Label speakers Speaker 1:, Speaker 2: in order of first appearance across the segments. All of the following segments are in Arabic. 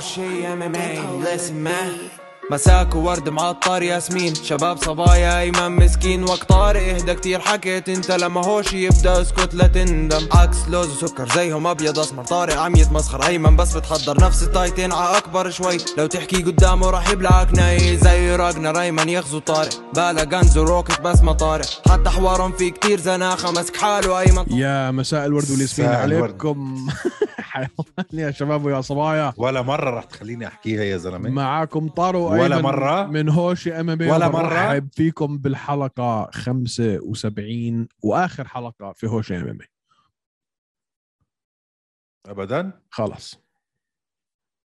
Speaker 1: شي ام ام اي listen man مساك وورد معطر ياسمين شباب صبايا ايمن مسكين وقت طارق اهدى كتير حكيت انت لما هوش يبدا اسكت لا تندم عكس لوز وسكر زيهم ابيض اسمر طارق عم يتمسخر ايمن بس بتحضر نفس التايتين ع اكبر شوي لو تحكي قدامه راح يبلعك ناي زي راجنا ريمان يغزو طارق بالا غنز وروكت بس ما طارق حتى حوارهم في كتير زناخه مسك حاله ايمن
Speaker 2: يا مساء الورد والياسمين
Speaker 3: مساء الورد.
Speaker 2: عليكم حيوان يا شباب ويا صبايا
Speaker 3: ولا مره رح تخليني احكيها يا زلمه
Speaker 2: معاكم طارو
Speaker 3: ولا
Speaker 2: أيمن
Speaker 3: مرة.
Speaker 2: من هوشي ام ام
Speaker 3: ولا مرة.
Speaker 2: فيكم بالحلقه 75 واخر حلقه في هوشي ام ام
Speaker 3: ابدا
Speaker 2: خلص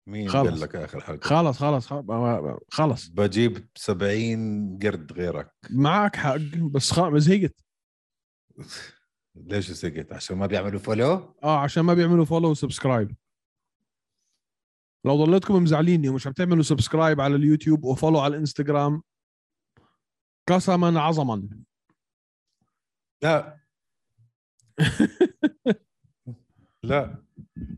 Speaker 3: مين
Speaker 2: خلص.
Speaker 3: قال لك اخر حلقه
Speaker 2: خلص خلص خلص, خلص.
Speaker 3: بجيب 70 قرد غيرك
Speaker 2: معك حق بس خ... زهقت
Speaker 3: ليش سكت عشان ما بيعملوا فولو
Speaker 2: اه عشان ما بيعملوا فولو وسبسكرايب لو ضليتكم مزعليني ومش عم تعملوا سبسكرايب على اليوتيوب وفولو على الانستغرام قسما عظما
Speaker 3: لا لا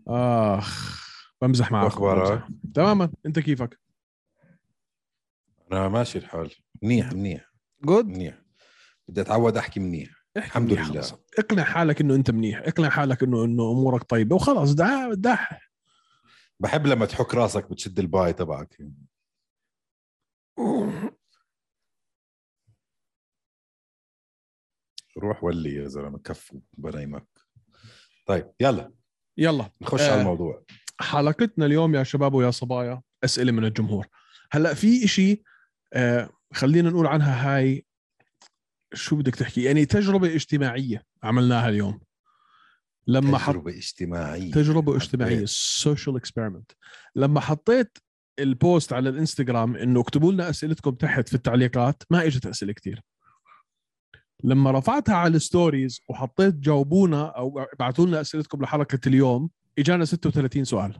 Speaker 2: اخ بمزح معك
Speaker 3: أخبارك؟
Speaker 2: تماما انت كيفك
Speaker 3: انا ماشي الحال
Speaker 2: نعم.
Speaker 3: منيح منيح
Speaker 2: جود
Speaker 3: منيح بدي اتعود احكي منيح الحمد لله.
Speaker 2: اقنع حالك انه انت منيح اقنع حالك انه انه امورك طيبه وخلاص دع دح
Speaker 3: بحب لما تحك راسك بتشد الباي تبعك روح ولي يا زلمه كفو بنايمك طيب يلا
Speaker 2: يلا
Speaker 3: نخش
Speaker 2: آه.
Speaker 3: على الموضوع
Speaker 2: حلقتنا اليوم يا شباب ويا صبايا اسئله من الجمهور هلا في إشي آه خلينا نقول عنها هاي شو بدك تحكي يعني تجربه اجتماعيه عملناها اليوم لما حط
Speaker 3: تجربه اجتماعيه
Speaker 2: تجربه اجتماعيه
Speaker 3: حبيت.
Speaker 2: سوشيال اكسبيرمنت لما حطيت البوست على الانستغرام انه اكتبوا لنا اسئلتكم تحت في التعليقات ما اجت اسئله كثير لما رفعتها على الستوريز وحطيت جاوبونا او ابعثوا لنا اسئلتكم لحلقه اليوم اجانا 36 سؤال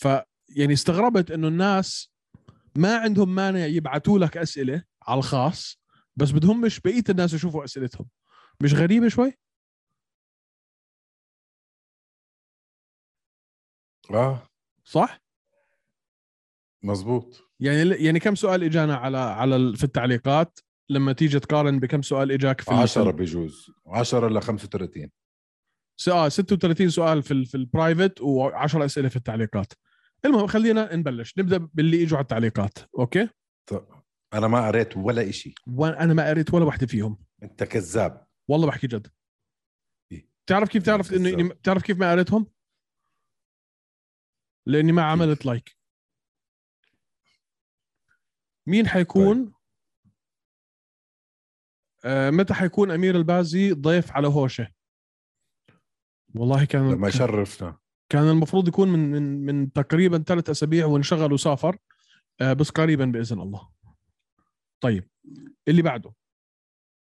Speaker 2: ف يعني استغربت انه الناس ما عندهم مانع يبعثوا لك اسئله على الخاص بس بدهم مش بقيه الناس يشوفوا اسئلتهم مش غريبه شوي
Speaker 3: اه
Speaker 2: صح
Speaker 3: مزبوط
Speaker 2: يعني يعني كم سؤال اجانا على على ال- في التعليقات لما تيجي تقارن بكم سؤال اجاك في ال-
Speaker 3: 10 بجوز 10 ل 35
Speaker 2: س- اه 36 سؤال في ال- في البرايفت و10 اسئله في التعليقات المهم خلينا نبلش نبدا باللي اجوا على التعليقات اوكي
Speaker 3: طب انا ما قريت ولا إشي
Speaker 2: وانا ما قريت ولا واحده فيهم
Speaker 3: انت كذاب
Speaker 2: والله بحكي جد
Speaker 3: إيه.
Speaker 2: تعرف كيف تعرف انه إني- تعرف كيف ما قريتهم لاني
Speaker 3: طيب.
Speaker 2: ما عملت لايك مين حيكون
Speaker 3: طيب.
Speaker 2: آه متى حيكون امير البازي ضيف على هوشه والله كان
Speaker 3: لما شرفنا
Speaker 2: كان المفروض يكون من من من تقريبا ثلاث اسابيع وانشغل وسافر آه، بس قريبا باذن الله. طيب اللي بعده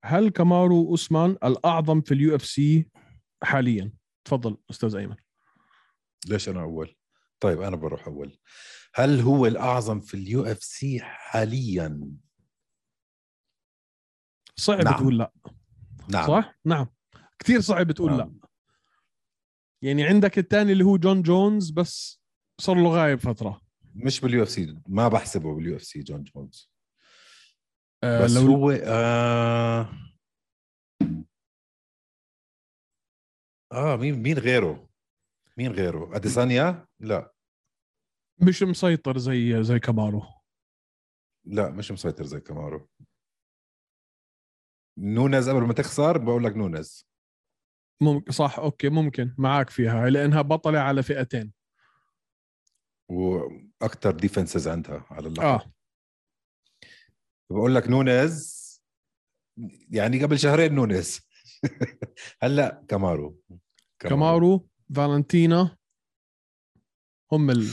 Speaker 2: هل كامارو اوسمان الاعظم في اليو اف سي حاليا؟ تفضل استاذ ايمن.
Speaker 3: ليش انا اول طيب انا بروح اول هل هو الاعظم في اليو اف سي حاليا
Speaker 2: صعب
Speaker 3: نعم.
Speaker 2: تقول لا
Speaker 3: نعم
Speaker 2: صح؟ نعم كثير صعب تقول لا
Speaker 3: نعم.
Speaker 2: يعني عندك الثاني اللي هو جون جونز بس صار له غايب فتره
Speaker 3: مش باليو اف سي ما بحسبه باليو اف سي جون جونز
Speaker 2: آه،
Speaker 3: بس
Speaker 2: لو
Speaker 3: هو آه... اه مين مين غيره مين غيره اديسانيا لا
Speaker 2: مش مسيطر زي زي كامارو
Speaker 3: لا مش مسيطر زي كامارو نونز قبل ما تخسر بقول لك نونز
Speaker 2: ممكن صح اوكي ممكن معك فيها لانها بطله على فئتين
Speaker 3: واكثر ديفنسز عندها على اللقب
Speaker 2: اه
Speaker 3: بقول لك نونز يعني قبل شهرين نونز هلا كامارو
Speaker 2: كامارو فالنتينا هم ال...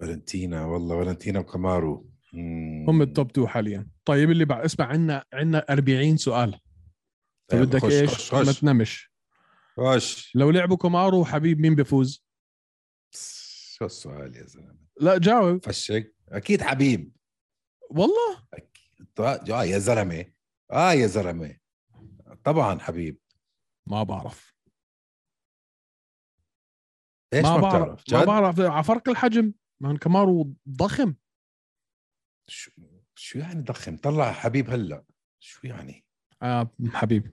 Speaker 3: فالنتينا والله فالنتينا وكامارو مم.
Speaker 2: هم التوب 2 حاليا طيب اللي بعد اسمع عندنا عندنا 40 سؤال
Speaker 3: طيب،
Speaker 2: فبدك
Speaker 3: خش،
Speaker 2: ايش
Speaker 3: خش
Speaker 2: ما
Speaker 3: خش,
Speaker 2: تنمش
Speaker 3: خش.
Speaker 2: لو لعبوا كامارو حبيب مين بيفوز
Speaker 3: شو السؤال يا زلمه
Speaker 2: لا جاوب
Speaker 3: فشك اكيد حبيب
Speaker 2: والله
Speaker 3: طا- اه يا زلمه اه يا زلمه طبعا حبيب
Speaker 2: ما بعرف
Speaker 3: ايش ما,
Speaker 2: بعرف
Speaker 3: بتعرف
Speaker 2: ما
Speaker 3: جد؟
Speaker 2: بعرف على فرق الحجم مان كمارو ضخم
Speaker 3: شو, شو يعني ضخم طلع حبيب هلا شو يعني
Speaker 2: آه حبيبي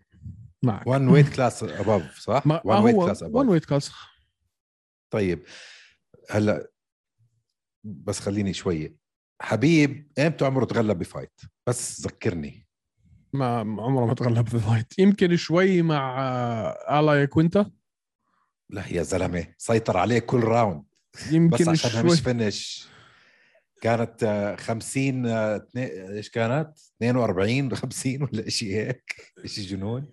Speaker 2: معك
Speaker 3: وان ويت كلاس اباف صح
Speaker 2: ما
Speaker 3: وان ويت
Speaker 2: هو
Speaker 3: كلاس
Speaker 2: وان
Speaker 3: اباف
Speaker 2: ويت كلاس
Speaker 3: طيب هلا بس خليني شويه حبيب امتى عمره تغلب بفايت بس ذكرني
Speaker 2: ما ما عمره ما تغلب في فايت يمكن شوي مع آه، الايا كوينتا
Speaker 3: لا يا زلمه سيطر عليه كل راوند بس
Speaker 2: يمكن
Speaker 3: عشانها مش
Speaker 2: شوي
Speaker 3: فينش كانت آه، 50 آه، اتنين- ايش كانت 42 50 ولا شيء هيك شيء جنون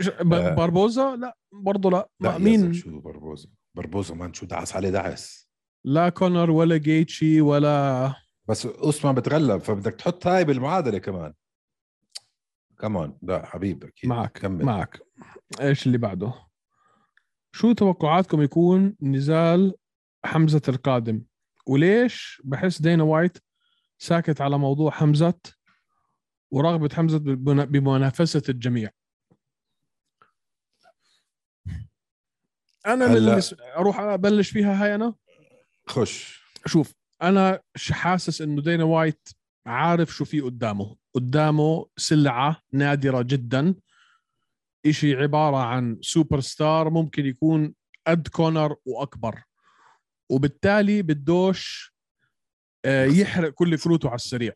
Speaker 2: ش- ب-
Speaker 3: آه.
Speaker 2: باربوزا لا برضه لا,
Speaker 3: لا
Speaker 2: لا
Speaker 3: يا زلمة،
Speaker 2: مين
Speaker 3: شو بربوزه بربوزه مان شو دعس عليه دعس
Speaker 2: لا كونر ولا جيتشي ولا
Speaker 3: بس اوسمان بتغلب فبدك تحط هاي بالمعادله كمان كمان لا حبيب اكيد
Speaker 2: معك
Speaker 3: كمل
Speaker 2: معك ايش اللي بعده شو توقعاتكم يكون نزال حمزة القادم وليش بحس دينا وايت ساكت على موضوع حمزة ورغبة حمزة بمنا- بمنافسة الجميع أنا من
Speaker 3: هلا.
Speaker 2: اللي س- أروح أبلش فيها هاي أنا
Speaker 3: خش
Speaker 2: شوف انا ش- حاسس انه دينا وايت عارف شو في قدامه قدامه سلعه نادره جدا إشي عباره عن سوبر ستار ممكن يكون قد كونر واكبر وبالتالي بدوش آه، يحرق كل كروته على السريع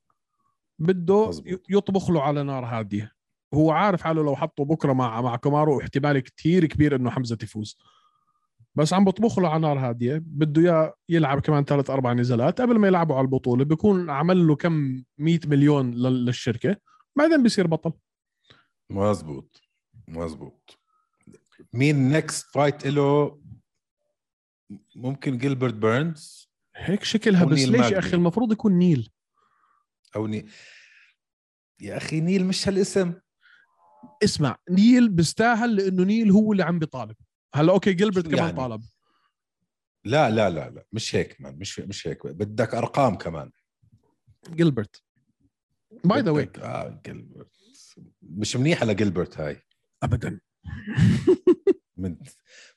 Speaker 2: بده
Speaker 3: مزبوط.
Speaker 2: ي- يطبخ له على نار هاديه هو عارف حاله لو حطه بكره مع مع كومارو احتمال كتير كبير انه حمزه تفوز بس عم بطبخ له على نار هاديه بده يا يلعب كمان ثلاث اربع نزالات قبل ما يلعبوا على البطوله بيكون عمل له كم 100 مليون لل- للشركه بعدين بيصير بطل
Speaker 3: مزبوط مزبوط مين نكست فايت له ممكن جيلبرت بيرنز
Speaker 2: هيك شكلها بس
Speaker 3: ونيل
Speaker 2: ليش
Speaker 3: ماجني.
Speaker 2: يا اخي المفروض يكون نيل
Speaker 3: او ني... يا اخي نيل مش هالاسم
Speaker 2: اسمع نيل بيستاهل لانه نيل هو اللي عم بيطالب هلا اوكي جيلبرت
Speaker 3: شو
Speaker 2: كمان
Speaker 3: يعني؟
Speaker 2: طالب
Speaker 3: لا لا لا لا مش هيك مان مش مش هيك بدك ارقام كمان
Speaker 2: جيلبرت باي ذا واي
Speaker 3: بدك- اه جيلبرت مش منيحه لجيلبرت هاي
Speaker 2: ابدا
Speaker 3: من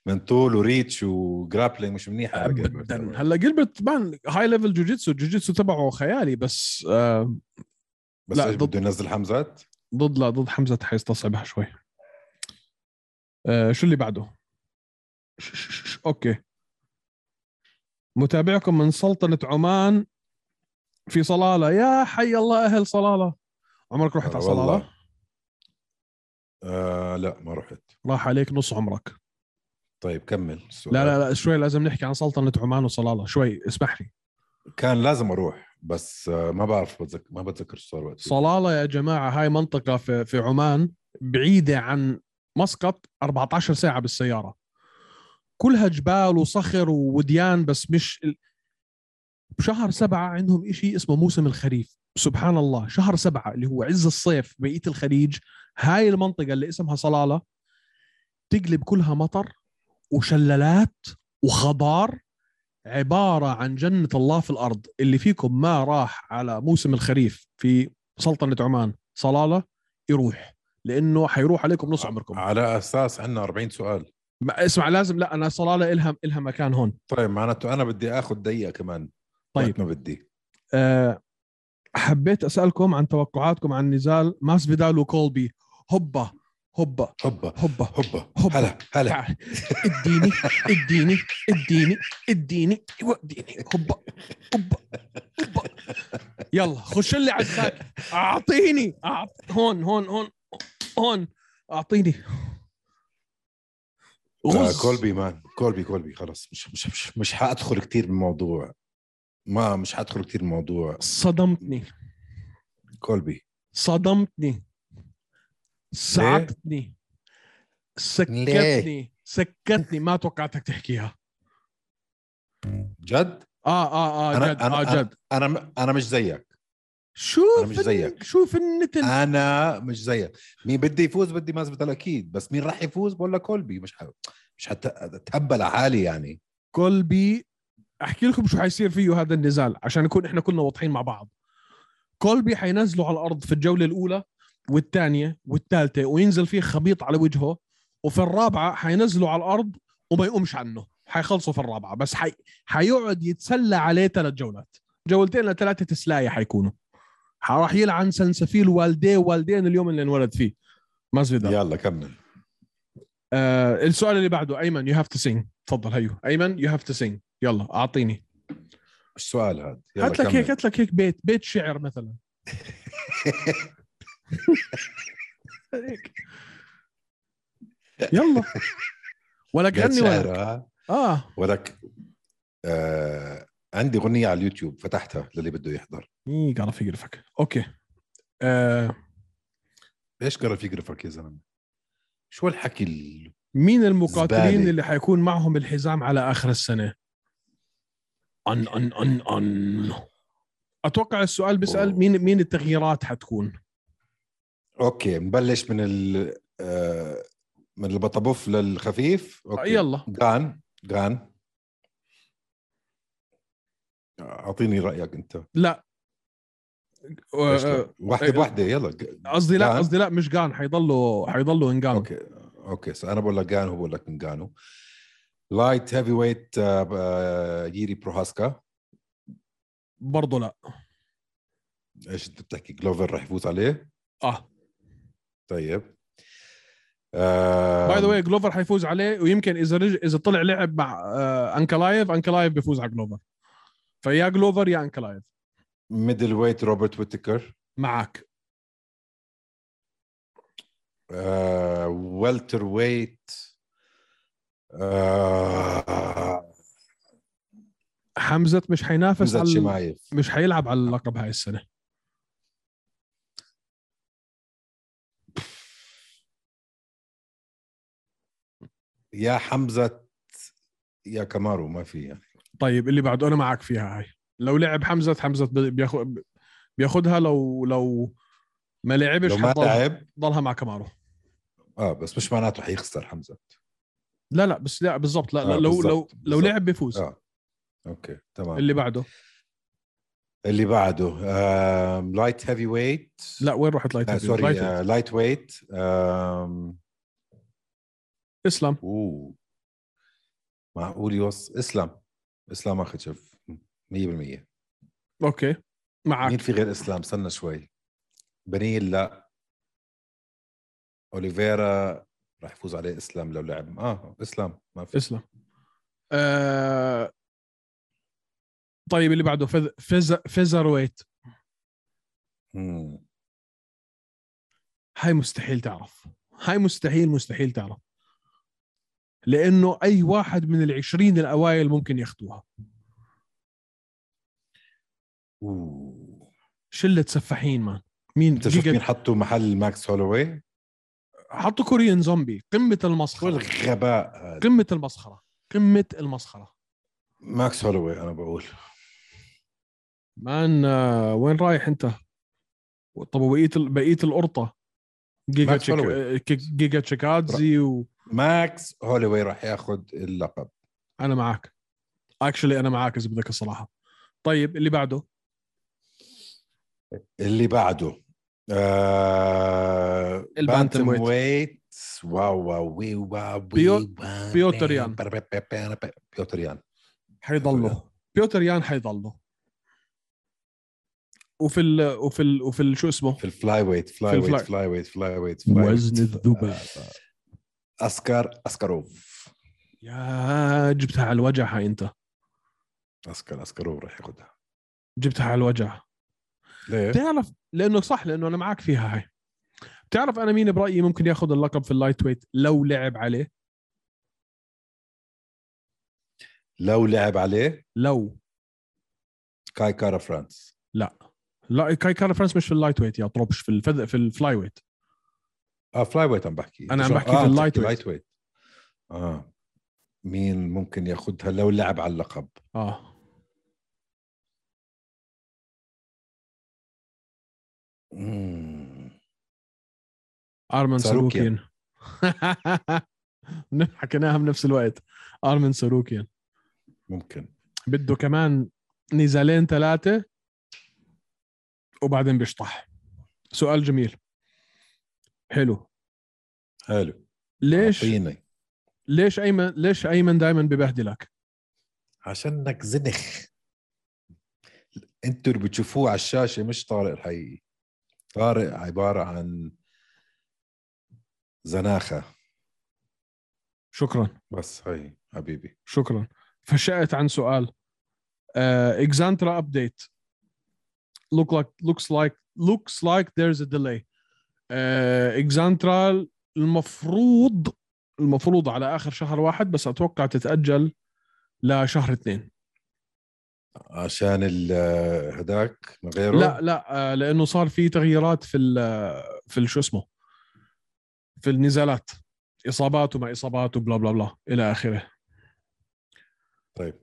Speaker 3: من طول وريتش وجرابلينج مش منيحه لجيلبرت
Speaker 2: ابدا هلا جيلبرت بان هاي ليفل جوجيتسو جوجيتسو تبعه خيالي بس آه
Speaker 3: بس
Speaker 2: لا،
Speaker 3: ايش
Speaker 2: ضد-
Speaker 3: بده ينزل حمزات
Speaker 2: ضد لا ضد حمزه حيستصعبها شوي آه شو اللي بعده ش- ش- ش- ش- اوكي متابعكم من سلطنه عمان في صلاله يا حي الله اهل صلاله عمرك رحت
Speaker 3: آه،
Speaker 2: على
Speaker 3: والله.
Speaker 2: صلاله
Speaker 3: آه لا ما رحت
Speaker 2: راح عليك نص عمرك
Speaker 3: طيب كمل السؤال.
Speaker 2: لا لا لا شوي لازم نحكي عن سلطنة عمان وصلالة شوي اسمح لي
Speaker 3: كان لازم اروح بس آه، ما بعرف بتذكر ما بتذكر شو صار وقتها
Speaker 2: صلالة يا جماعة هاي منطقة في, في عمان بعيدة عن مسقط 14 ساعة بالسيارة كلها جبال وصخر ووديان بس مش ال... بشهر سبعة عندهم إشي اسمه موسم الخريف سبحان الله شهر سبعة اللي هو عز الصيف بقية الخليج هاي المنطقة اللي اسمها صلالة تقلب كلها مطر وشلالات وخضار عبارة عن جنة الله في الأرض اللي فيكم ما راح على موسم الخريف في سلطنة عمان صلالة يروح لأنه حيروح عليكم نص عمركم
Speaker 3: على اساس عندنا 40 سؤال
Speaker 2: ما- اسمع لازم لا أنا صلالة إلها إلها مكان هون
Speaker 3: طيب معناته انا بدي اخذ دقيقه كمان
Speaker 2: طيب.
Speaker 3: وقت ما بدي
Speaker 2: أه حبيت أسألكم عن توقعاتكم عن نزال ماسفيدال وكولبي هوبا هوبا
Speaker 3: هوبا
Speaker 2: هوبا
Speaker 3: هوبا
Speaker 2: هوبا.
Speaker 3: هلا هلا
Speaker 2: تعال اديني اديني اديني اديني ايوه، اديني هوبا هوبا هوبا يلا خش اللي عجبك اعطيني أعط... هون هون هون هون اعطيني
Speaker 3: آه
Speaker 2: غز
Speaker 3: كولبي مان كولبي كولبي خلص مش مش مش, مش حادخل كثير بالموضوع ما مش حادخل كثير بالموضوع
Speaker 2: صدمتني
Speaker 3: كولبي
Speaker 2: صدمتني صعقتني سكتني سكتني ما توقعتك تحكيها
Speaker 3: جد
Speaker 2: اه اه اه
Speaker 3: أنا-
Speaker 2: جد
Speaker 3: أنا-
Speaker 2: اه جد
Speaker 3: انا م- انا مش زيك أنا
Speaker 2: شوف
Speaker 3: مش
Speaker 2: الن-
Speaker 3: زيك.
Speaker 2: شوف النتن
Speaker 3: انا مش زيك مين بدي يفوز بدي مازبتال اكيد بس مين راح يفوز بقول لك كولبي مش ح... مش حتهبل على حالي يعني
Speaker 2: كولبي احكي لكم شو حيصير فيه هذا النزال عشان نكون احنا كلنا واضحين مع بعض كولبي حينزله على الارض في الجوله الاولى والثانيه والثالثه وينزل فيه خبيط على وجهه وفي الرابعه حينزله على الارض وما يقومش عنه حيخلصوا في الرابعه بس حي... حيقعد يتسلى عليه ثلاث جولات جولتين لثلاثه تسلايه حيكونوا راح يلعن سنسفيل والديه والدين اليوم اللي انولد فيه ماسفيدال
Speaker 3: يلا كمل
Speaker 2: آه السؤال اللي بعده ايمن يو هاف تو سينج تفضل هيو ايمن يو هاف تو سينج يلا اعطيني
Speaker 3: السؤال هذا يلا
Speaker 2: هات لك
Speaker 3: كمل.
Speaker 2: هيك هات لك هيك بيت بيت شعر مثلا هيك. يلا ولا
Speaker 3: قد
Speaker 2: غني ولا
Speaker 3: شعر، ها؟
Speaker 2: اه
Speaker 3: ولك آه عندي اغنيه على اليوتيوب فتحتها للي بده يحضر
Speaker 2: مي قرف يقرفك اوكي آه
Speaker 3: ايش قرا في قرفك يا زلمه شو الحكي ال...
Speaker 2: مين المقاتلين
Speaker 3: زبالة.
Speaker 2: اللي حيكون معهم الحزام على اخر السنه ان ان ان ان اتوقع السؤال بيسال
Speaker 3: أوه.
Speaker 2: مين مين التغييرات حتكون
Speaker 3: اوكي نبلش من ال آه من البطبوف للخفيف اوكي
Speaker 2: آه، يلا
Speaker 3: جان جان اعطيني رايك انت
Speaker 2: لا
Speaker 3: إيش
Speaker 2: آه،
Speaker 3: رأيك؟ وحده بوحده يلا ج-
Speaker 2: قصدي لا
Speaker 3: جان.
Speaker 2: قصدي لا مش جان حيضلوا حيضلوا انجان
Speaker 3: اوكي اوكي سو انا بقول لك جان هو بقول لك انجانو لايت هيفي ويت آه، ييري بروهاسكا
Speaker 2: برضه لا
Speaker 3: ايش انت بتحكي جلوفر رح يفوز عليه
Speaker 2: اه
Speaker 3: طيب
Speaker 2: باي ذا
Speaker 3: آه
Speaker 2: واي جلوفر حيفوز عليه ويمكن اذا رج... اذا طلع لعب مع آه انكلايف انكلايف بيفوز على جلوفر فيا جلوفر يا انكلايف
Speaker 3: ميدل ويت روبرت ويتكر
Speaker 2: معك
Speaker 3: آه والتر ويت آه
Speaker 2: حمزه مش حينافس
Speaker 3: حمزة
Speaker 2: على
Speaker 3: شمايف
Speaker 2: مش حيلعب على اللقب هاي السنه
Speaker 3: يا حمزة يا كامارو ما في يعني
Speaker 2: طيب اللي بعده انا معك فيها هاي لو لعب حمزه حمزه بياخذ بياخذها لو لو ما لعبش
Speaker 3: لو ما
Speaker 2: حضل-
Speaker 3: لعب
Speaker 2: ضلها مع كامارو
Speaker 3: اه بس مش معناته حيخسر حمزة
Speaker 2: لا لا بس لا بالضبط لا, لا
Speaker 3: آه،
Speaker 2: لو
Speaker 3: بالضبط،
Speaker 2: لو لو
Speaker 3: بالضبط.
Speaker 2: لعب بيفوز
Speaker 3: اه اوكي تمام اللي,
Speaker 2: اللي بعده
Speaker 3: اللي بعده آه لايت هيفي ويت
Speaker 2: لا وين رحت لايت
Speaker 3: آه
Speaker 2: هيفي؟
Speaker 3: سوري
Speaker 2: لايت
Speaker 3: آه
Speaker 2: هيفي.
Speaker 3: لايت ويت آم،
Speaker 2: اسلام
Speaker 3: اوه معقول يوص اسلام اسلام اخذ شف 100% مين
Speaker 2: اوكي معك
Speaker 3: في غير اسلام استنى شوي بنيل لا اوليفيرا راح يفوز عليه اسلام لو لعب اه اسلام ما في
Speaker 2: اسلام آه... طيب اللي بعده فز... فز... فيزر ويت
Speaker 3: مم.
Speaker 2: هاي مستحيل تعرف هاي مستحيل مستحيل تعرف لانه اي واحد من العشرين الاوائل ممكن ياخذوها
Speaker 3: اوه
Speaker 2: شله سفاحين مان مين
Speaker 3: انت شفت
Speaker 2: جيجا-
Speaker 3: مين حطوا محل ماكس هولوي؟
Speaker 2: حطوا كوريان زومبي قمه المسخره
Speaker 3: والغباء هذا
Speaker 2: قمه المسخره قمه المسخره
Speaker 3: ماكس هولوي انا بقول
Speaker 2: مان آه، وين رايح انت طب وبقيه ال- بقيه القرطه جيجا
Speaker 3: ماكس
Speaker 2: تشيك...
Speaker 3: هولوي.
Speaker 2: آه، كيك- جيجا تشيكادزي و...
Speaker 3: ماكس هولوي راح ياخذ اللقب
Speaker 2: انا معك اكشلي انا معك اذا بدك الصراحه طيب اللي بعده
Speaker 3: اللي بعده آه
Speaker 2: البانتم
Speaker 3: بانتم ويت. واو واو وي واو
Speaker 2: بيو-
Speaker 3: وي واو.
Speaker 2: بيوتر يان.
Speaker 3: بيوتر يان
Speaker 2: حيضلوا بيوتر يان حيضلوا وفي ال وفي ال وفي ال شو اسمه
Speaker 3: في الفلاي ويت فلاي
Speaker 2: في
Speaker 3: ويت
Speaker 2: الفلاي-
Speaker 3: فلاي ويت فلاي ويت فلاي
Speaker 2: وزن
Speaker 3: ويت.
Speaker 2: الذبابة
Speaker 3: اسكر اسكروف
Speaker 2: يا جبتها على الوجع هاي انت
Speaker 3: اسكر اسكروف راح ياخذها
Speaker 2: جبتها على الوجع
Speaker 3: ليه؟
Speaker 2: بتعرف لانه صح لانه انا معك فيها هاي بتعرف انا مين برايي ممكن ياخذ اللقب في اللايت ويت لو لعب عليه
Speaker 3: لو لعب عليه
Speaker 2: لو
Speaker 3: كاي كارا فرانس
Speaker 2: لا كاي كارا فرانس مش في اللايت ويت يا طربش في الفذ... في الفلاي ويت
Speaker 3: اه فلاي ويت عم بحكي
Speaker 2: أنا عم
Speaker 3: شو-
Speaker 2: بحكي
Speaker 3: آه،
Speaker 2: في اللايت
Speaker 3: بتحكي
Speaker 2: ويت.
Speaker 3: لايت ويت اه مين ممكن ياخذها لو لعب على اللقب
Speaker 2: اه
Speaker 3: مم.
Speaker 2: ارمن
Speaker 3: ساروكيان.
Speaker 2: ساروكيان حكيناها بنفس الوقت ارمن ساروكيان
Speaker 3: ممكن
Speaker 2: بده كمان نزالين ثلاثه وبعدين بيشطح سؤال جميل حلو
Speaker 3: حلو
Speaker 2: ليش
Speaker 3: اعطيني
Speaker 2: ليش ايمن ليش ايمن دائما ببهدلك
Speaker 3: عشانك زنخ انتوا اللي بتشوفوه على الشاشه مش طارق الحقيقي طارق عباره عن زناخه
Speaker 2: شكرا
Speaker 3: بس هي حبيبي
Speaker 2: شكرا فشأت عن سؤال آه، اكزانترا ابديت look like looks like looks like there's a delay آه، اكزانترا المفروض المفروض على اخر شهر واحد بس اتوقع تتاجل لشهر اثنين
Speaker 3: عشان ال- هداك غيره
Speaker 2: لا لا آه، لانه صار في تغييرات في ال- في ال- شو اسمه في النزالات اصابات وما اصابات وبلا بلا بلا الى اخره
Speaker 3: طيب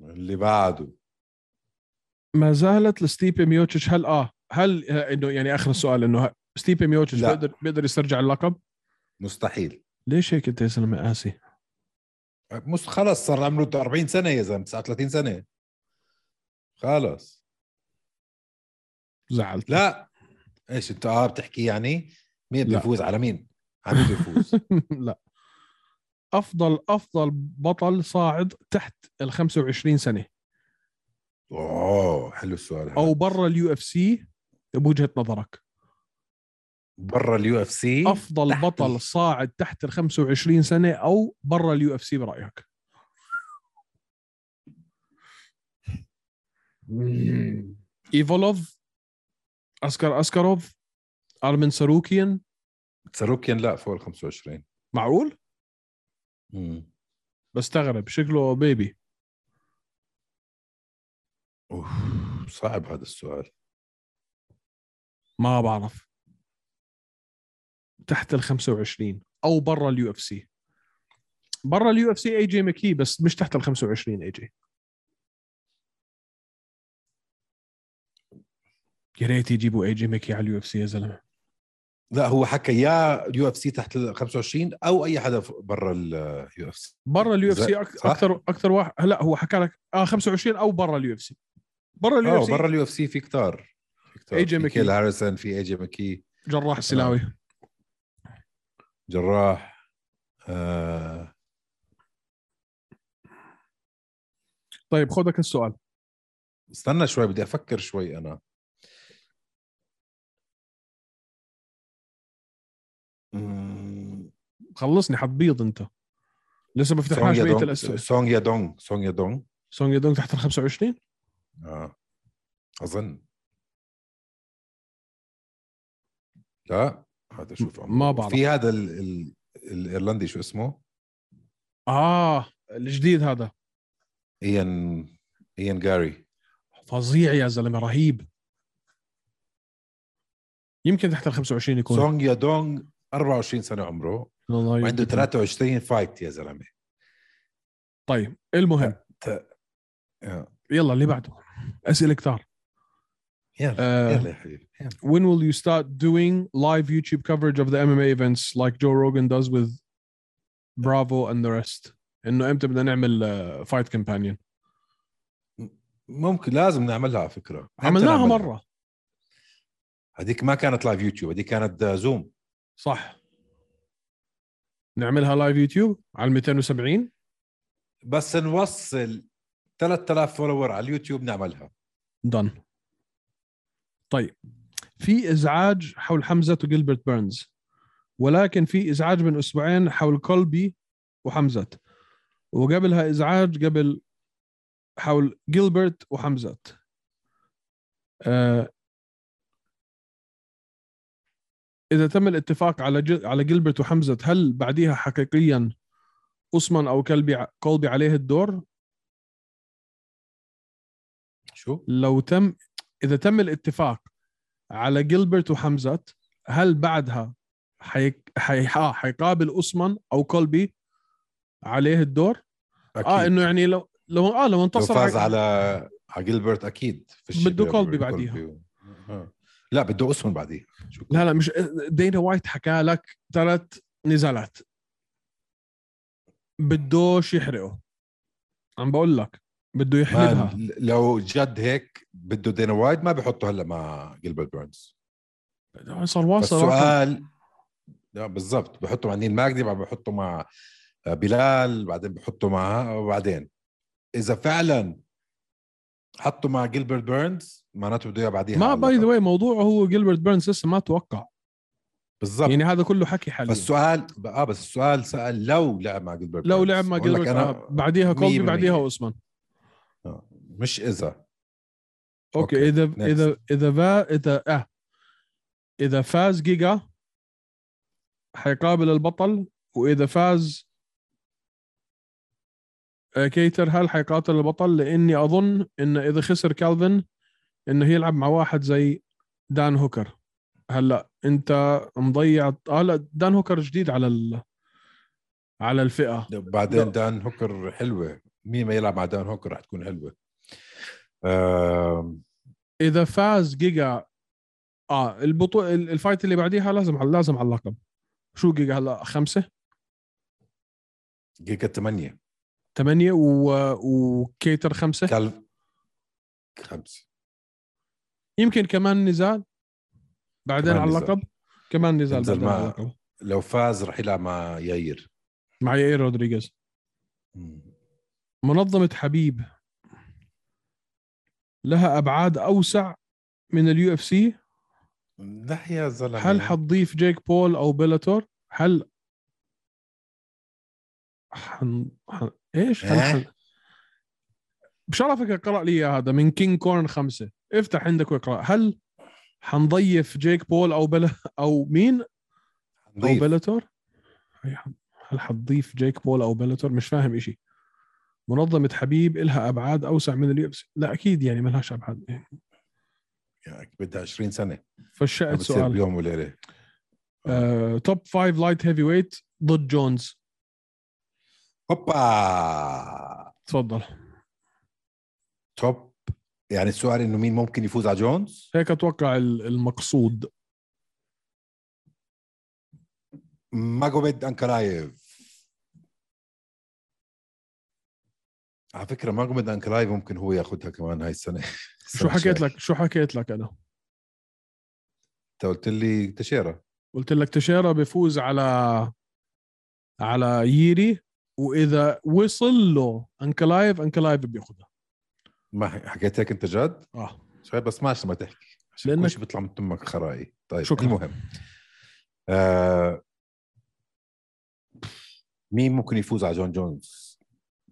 Speaker 3: اللي بعده
Speaker 2: ما زالت لستيبي ميوتش هل اه هل آه، انه يعني اخر السؤال انه ه- ستيبي ميوتش
Speaker 3: لا.
Speaker 2: بيقدر بيقدر يسترجع اللقب
Speaker 3: مستحيل
Speaker 2: ليش هيك انت يا زلمه قاسي
Speaker 3: مش خلص صار عمره 40 سنه يا زلمه 39 سنه خلص
Speaker 2: زعلت
Speaker 3: لا ايش انت اه بتحكي يعني مين
Speaker 2: لا.
Speaker 3: بده يفوز على مين؟ على مين بده يفوز؟
Speaker 2: لا افضل افضل بطل صاعد تحت ال 25 سنه
Speaker 3: اوه حلو السؤال هذا
Speaker 2: او برا اليو اف سي بوجهه نظرك
Speaker 3: برا اليو اف سي
Speaker 2: افضل
Speaker 3: إيه، تحت
Speaker 2: بطل
Speaker 3: ال-
Speaker 2: صاعد تحت ال 25 سنه او برا اليو اف سي برايك ايفولوف اسكر اسكاروف ارمن ساروكيان
Speaker 3: ساروكيان لا فوق ال 25
Speaker 2: معقول
Speaker 3: مم.
Speaker 2: بستغرب شكله بيبي
Speaker 3: اوف صعب هذا السؤال
Speaker 2: ما بعرف تحت ال 25 او برا اليو اف سي برا اليو اف سي اي جي مكي بس مش تحت ال 25 اي جي يا ريت يجيبوا اي جي مكي على اليو اف سي يا زلمه
Speaker 3: لا هو حكى يا اليو اف سي تحت ال 25 او اي حدا ف- برا اليو اف سي
Speaker 2: برا اليو اف
Speaker 3: زي-
Speaker 2: سي
Speaker 3: صح؟
Speaker 2: اكثر اكثر واحد هلا هو حكى لك اه 25 او برا اليو اف سي برا اليو اف
Speaker 3: اه
Speaker 2: سي
Speaker 3: برا اليو اف سي في كتار في كتار
Speaker 2: AJ
Speaker 3: في
Speaker 2: McKee.
Speaker 3: كيل هاريسون في اي جي ماكي
Speaker 2: جراح السلاوي
Speaker 3: جراح آه
Speaker 2: طيب خذك السؤال
Speaker 3: استنى شوي بدي افكر شوي انا مم،
Speaker 2: خلصني حتبيض انت لسه ما فتحناش
Speaker 3: سونغ يا
Speaker 2: بقيه
Speaker 3: دونغ-
Speaker 2: الاسئله
Speaker 3: سونغ يا دونغ سونغ يا دونغ
Speaker 2: سونج يدونج تحت ال 25
Speaker 3: اه اظن لا هذا شوف عمره.
Speaker 2: ما بعرف.
Speaker 3: في هذا ال... ال... الايرلندي شو اسمه؟
Speaker 2: اه الجديد هذا
Speaker 3: ايان ايان جاري
Speaker 2: فظيع يا زلمه رهيب يمكن تحت ال 25 يكون
Speaker 3: سونغ يا دونغ 24 سنه عمره
Speaker 2: الله
Speaker 3: وعنده
Speaker 2: يمكن.
Speaker 3: 23 فايت يا زلمه
Speaker 2: طيب المهم
Speaker 3: آه.
Speaker 2: يلا اللي بعده اسئله كثار
Speaker 3: يلا
Speaker 2: آه،
Speaker 3: يلا يا حبيبي يلا.
Speaker 2: when will you start doing live YouTube coverage of the MMA events like Joe Rogan does with Bravo and the rest انه امتى بدنا نعمل آه، fight companion
Speaker 3: ممكن لازم نعملها على فكره إمتى
Speaker 2: عملناها
Speaker 3: نعملها؟
Speaker 2: مره
Speaker 3: هذيك ما كانت لايف يوتيوب هذيك كانت آه، زوم
Speaker 2: صح نعملها لايف يوتيوب على ال 270
Speaker 3: بس نوصل 3000 فولور على اليوتيوب نعملها
Speaker 2: دن طيب في ازعاج حول حمزه وجilbert بيرنز ولكن في ازعاج من اسبوعين حول كولبي وحمزه وقبلها ازعاج قبل حول جيلبرت وحمزه آه اذا تم الاتفاق على جل على جيلبرت وحمزه هل بعديها حقيقيا اسمن او كلبي ع- كولبي عليه الدور
Speaker 3: شو
Speaker 2: لو تم اذا تم الاتفاق على جيلبرت وحمزه هل بعدها حي... حي... آه، حيقابل اسمن او كولبي عليه الدور؟
Speaker 3: أكيد.
Speaker 2: اه انه يعني لو لو اه لو
Speaker 3: لو
Speaker 2: انتصر
Speaker 3: فاز
Speaker 2: على-
Speaker 3: على على جيلبرت اكيد في الشيء
Speaker 2: بده
Speaker 3: بيعمل
Speaker 2: كولبي بعديها.
Speaker 3: كولبي. آه. لا بده اسهم بعديها شو
Speaker 2: لا لا مش دينا وايت حكى لك ثلاث نزالات بدوش يحرقه عم بقول لك بده
Speaker 3: ما
Speaker 2: يحلبها
Speaker 3: لو جد هيك بده دينا وايد ما بحطه هلا مع جيلبرت بيرنز
Speaker 2: صار واصل رقم.
Speaker 3: آه، فالسؤال لا بالضبط بحطه مع نيل ماجدي بعد بحطه مع بلال بعدين بحطه معها وبعدين اذا فعلا حطوا مع جيلبرت بيرنز معناته بده اياه بعديها
Speaker 2: ما
Speaker 3: على
Speaker 2: باي ذا
Speaker 3: اللقب.
Speaker 2: واي موضوعه هو جيلبرت بيرنز لسه ما توقع
Speaker 3: بالضبط
Speaker 2: يعني هذا كله حكي حاليا
Speaker 3: بس السؤال اه بس السؤال سال لو لعب مع جيلبرت
Speaker 2: لو
Speaker 3: بيرنز.
Speaker 2: لعب مع
Speaker 3: بقول لك
Speaker 2: جيلبرت
Speaker 3: أنا
Speaker 2: آه، بعديها كولبي
Speaker 3: 100%
Speaker 2: بعديها اوسمان
Speaker 3: آه، مش اذا
Speaker 2: اوكي,
Speaker 3: أوكي،
Speaker 2: اذا
Speaker 3: next.
Speaker 2: اذا اذا فا اذا اه اذا فاز جيجا حيقابل البطل واذا فاز آه، كيتر هل حيقاتل البطل لاني اظن ان اذا خسر كالفن انه يلعب مع واحد زي دان هوكر هلا انت مضيع هلا دان هوكر جديد على ال... على الفئه
Speaker 3: بعدين
Speaker 2: لا.
Speaker 3: دان هوكر حلوه مين ما يلعب مع دان هوكر رح تكون حلوه آم،
Speaker 2: اذا فاز جيجا اه البطوله الفايت اللي بعديها لازم لازم على اللقب شو جيجا هلا خمسه
Speaker 3: جيجا 8
Speaker 2: ثمانيه و... وكيتر خمسه
Speaker 3: كالف خمسه
Speaker 2: يمكن كمان نزال بعدين
Speaker 3: كمان
Speaker 2: على
Speaker 3: نزال.
Speaker 2: اللقب كمان نزال
Speaker 3: ينزل
Speaker 2: بعدين
Speaker 3: مع-
Speaker 2: على اللقب
Speaker 3: لو فاز رح يلعب مع ياير
Speaker 2: مع يائير رودريغيز منظمه حبيب لها ابعاد اوسع من اليو اف سي
Speaker 3: لا يا زلمه
Speaker 2: هل حتضيف جيك بول او بيلاتور هل حن... حن... ايش هل
Speaker 3: إيه؟
Speaker 2: حن... بشرفك اقرا لي إياه هذا من كينج كورن خمسة افتح عندك واقرا هل حنضيف جيك بول او بلا او مين او
Speaker 3: ضيف.
Speaker 2: بيلاتور أي حد- هل حتضيف جيك بول او بيلاتور مش فاهم إشي منظمة حبيب إلها أبعاد أوسع من اليو لا أكيد يعني ملهاش أبعاد
Speaker 3: يعني بدها 20 سنه
Speaker 2: فشأت
Speaker 3: بتصير
Speaker 2: سؤال
Speaker 3: بيوم وليله
Speaker 2: آه، توب فايف لايت هيفي ويت ضد جونز
Speaker 3: هوبا
Speaker 2: تفضل
Speaker 3: توب يعني السؤال انه مين ممكن يفوز على جونز
Speaker 2: هيك اتوقع ال- المقصود
Speaker 3: ماجوميد انكلايف على فكره ماجوميد انكلايف ممكن هو ياخذها كمان هاي السنه
Speaker 2: شو حكيت لك شو حكيت لك انا
Speaker 3: انت قلت لي تشيرة
Speaker 2: قلت لك تشيرا بيفوز على على ييري واذا وصل له انكلايف انكلايف بياخذها
Speaker 3: ما ح- حكيت هيك انت جد
Speaker 2: اه
Speaker 3: شوي بس ماشي ما تحكي عشان
Speaker 2: لأنك-
Speaker 3: كل شيء بيطلع من تمك خرايي طيب
Speaker 2: شكراً.
Speaker 3: شكرا. المهم آه... مين ممكن يفوز على جون جونز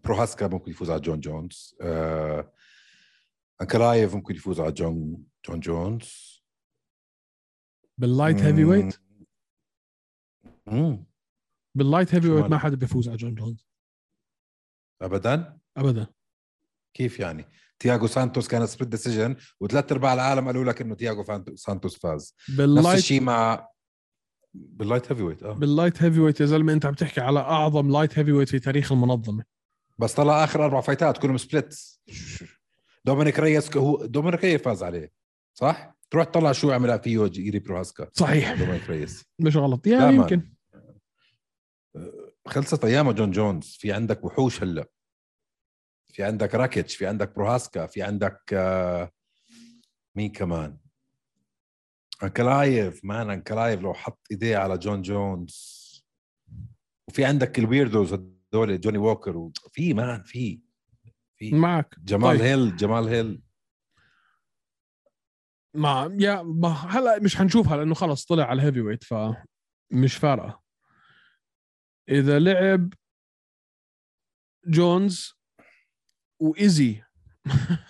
Speaker 3: بروهاسكا ممكن يفوز على جون جونز آه... انكلايف ممكن يفوز على جون جون جونز
Speaker 2: باللايت هيفي ويت
Speaker 3: امم
Speaker 2: باللايت هيفي
Speaker 3: شو
Speaker 2: ويت ما
Speaker 3: مالك؟
Speaker 2: حدا بيفوز على جون جونز
Speaker 3: ابدا
Speaker 2: ابدا
Speaker 3: كيف يعني تياغو سانتوس كان سبريت ديسيجن وثلاث ارباع العالم قالوا لك انه تياغو فانت- سانتوس فاز نفس
Speaker 2: باللايت
Speaker 3: الشيء مع باللايت هيفي ويت اه
Speaker 2: باللايت هيفي ويت يا زلمه انت عم تحكي على اعظم لايت هيفي ويت في تاريخ المنظمه
Speaker 3: بس طلع اخر اربع فايتات كلهم سبليتس دومينيك ريس هو دومينيك ريس فاز عليه صح؟ تروح تطلع شو عمل فيه جيري بروهاسكا
Speaker 2: صحيح
Speaker 3: دومينيك ريس
Speaker 2: مش غلط يعني
Speaker 3: لا، ما-
Speaker 2: يمكن
Speaker 3: خلصت ايامه جون جونز في عندك وحوش هلا في عندك راكيتش في عندك بروهاسكا في عندك آه، مين كمان انكلايف مان انكلايف لو حط ايديه على جون جونز وفي عندك الويردوز هدول جوني ووكر و- في مان في في
Speaker 2: معك
Speaker 3: جمال
Speaker 2: طيب.
Speaker 3: هيل جمال هيل
Speaker 2: ما يا ما هلا مش حنشوفها لانه خلص طلع على الهيفي ويت فمش فارقه اذا لعب جونز وايزي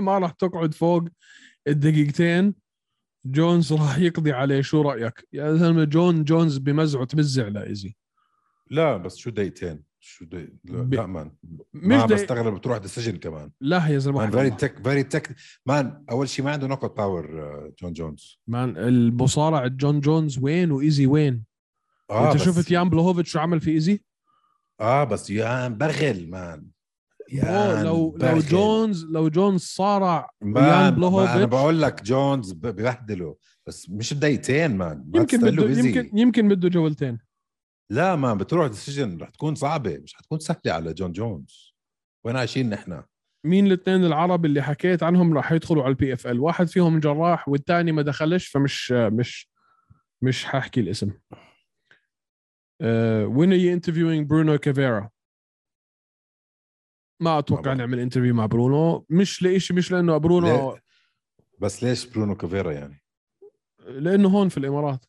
Speaker 2: ما راح تقعد فوق الدقيقتين جونز راح يقضي عليه شو رايك يا زلمه جون جونز بمزعه تمزع لايزي
Speaker 3: لا بس شو دقيقتين شو دقيقة لا,
Speaker 2: ب-
Speaker 3: لا مان
Speaker 2: مش
Speaker 3: ما
Speaker 2: دق-
Speaker 3: بستغرب بتروح للسجن كمان
Speaker 2: لا يا زلمه
Speaker 3: مان
Speaker 2: وحد
Speaker 3: فيري
Speaker 2: الله.
Speaker 3: تك فيري تك مان اول شيء ما عنده نوك باور جون جونز
Speaker 2: مان المصارع جون جونز وين وايزي وين انت
Speaker 3: آه، بس-
Speaker 2: شفت يان بلوهوفيتش شو عمل في ايزي
Speaker 3: اه بس يان برغل مان
Speaker 2: برو، لو لو
Speaker 3: برغل.
Speaker 2: جونز لو جونز صارع ويان
Speaker 3: مان ما انا
Speaker 2: بلوهوفيتش
Speaker 3: بقول لك جونز ب- ببهدله بس مش دقيقتين مان ما
Speaker 2: يمكن
Speaker 3: تستقله
Speaker 2: بده
Speaker 3: busy.
Speaker 2: يمكن يمكن بده جولتين
Speaker 3: لا مان بتروح للسجن رح تكون صعبه مش حتكون سهله على جون جونز وين عايشين نحن
Speaker 2: مين الاثنين العرب اللي حكيت عنهم راح يدخلوا على البي اف ال واحد فيهم جراح والثاني ما دخلش فمش مش مش حاحكي الاسم Uh, when are you interviewing Bruno Cavera؟ ما اتوقع
Speaker 3: طبعاً.
Speaker 2: نعمل انترفيو مع برونو مش لإشي مش لانه برونو
Speaker 3: بس ليش برونو كافيرا يعني؟
Speaker 2: لانه هون في الامارات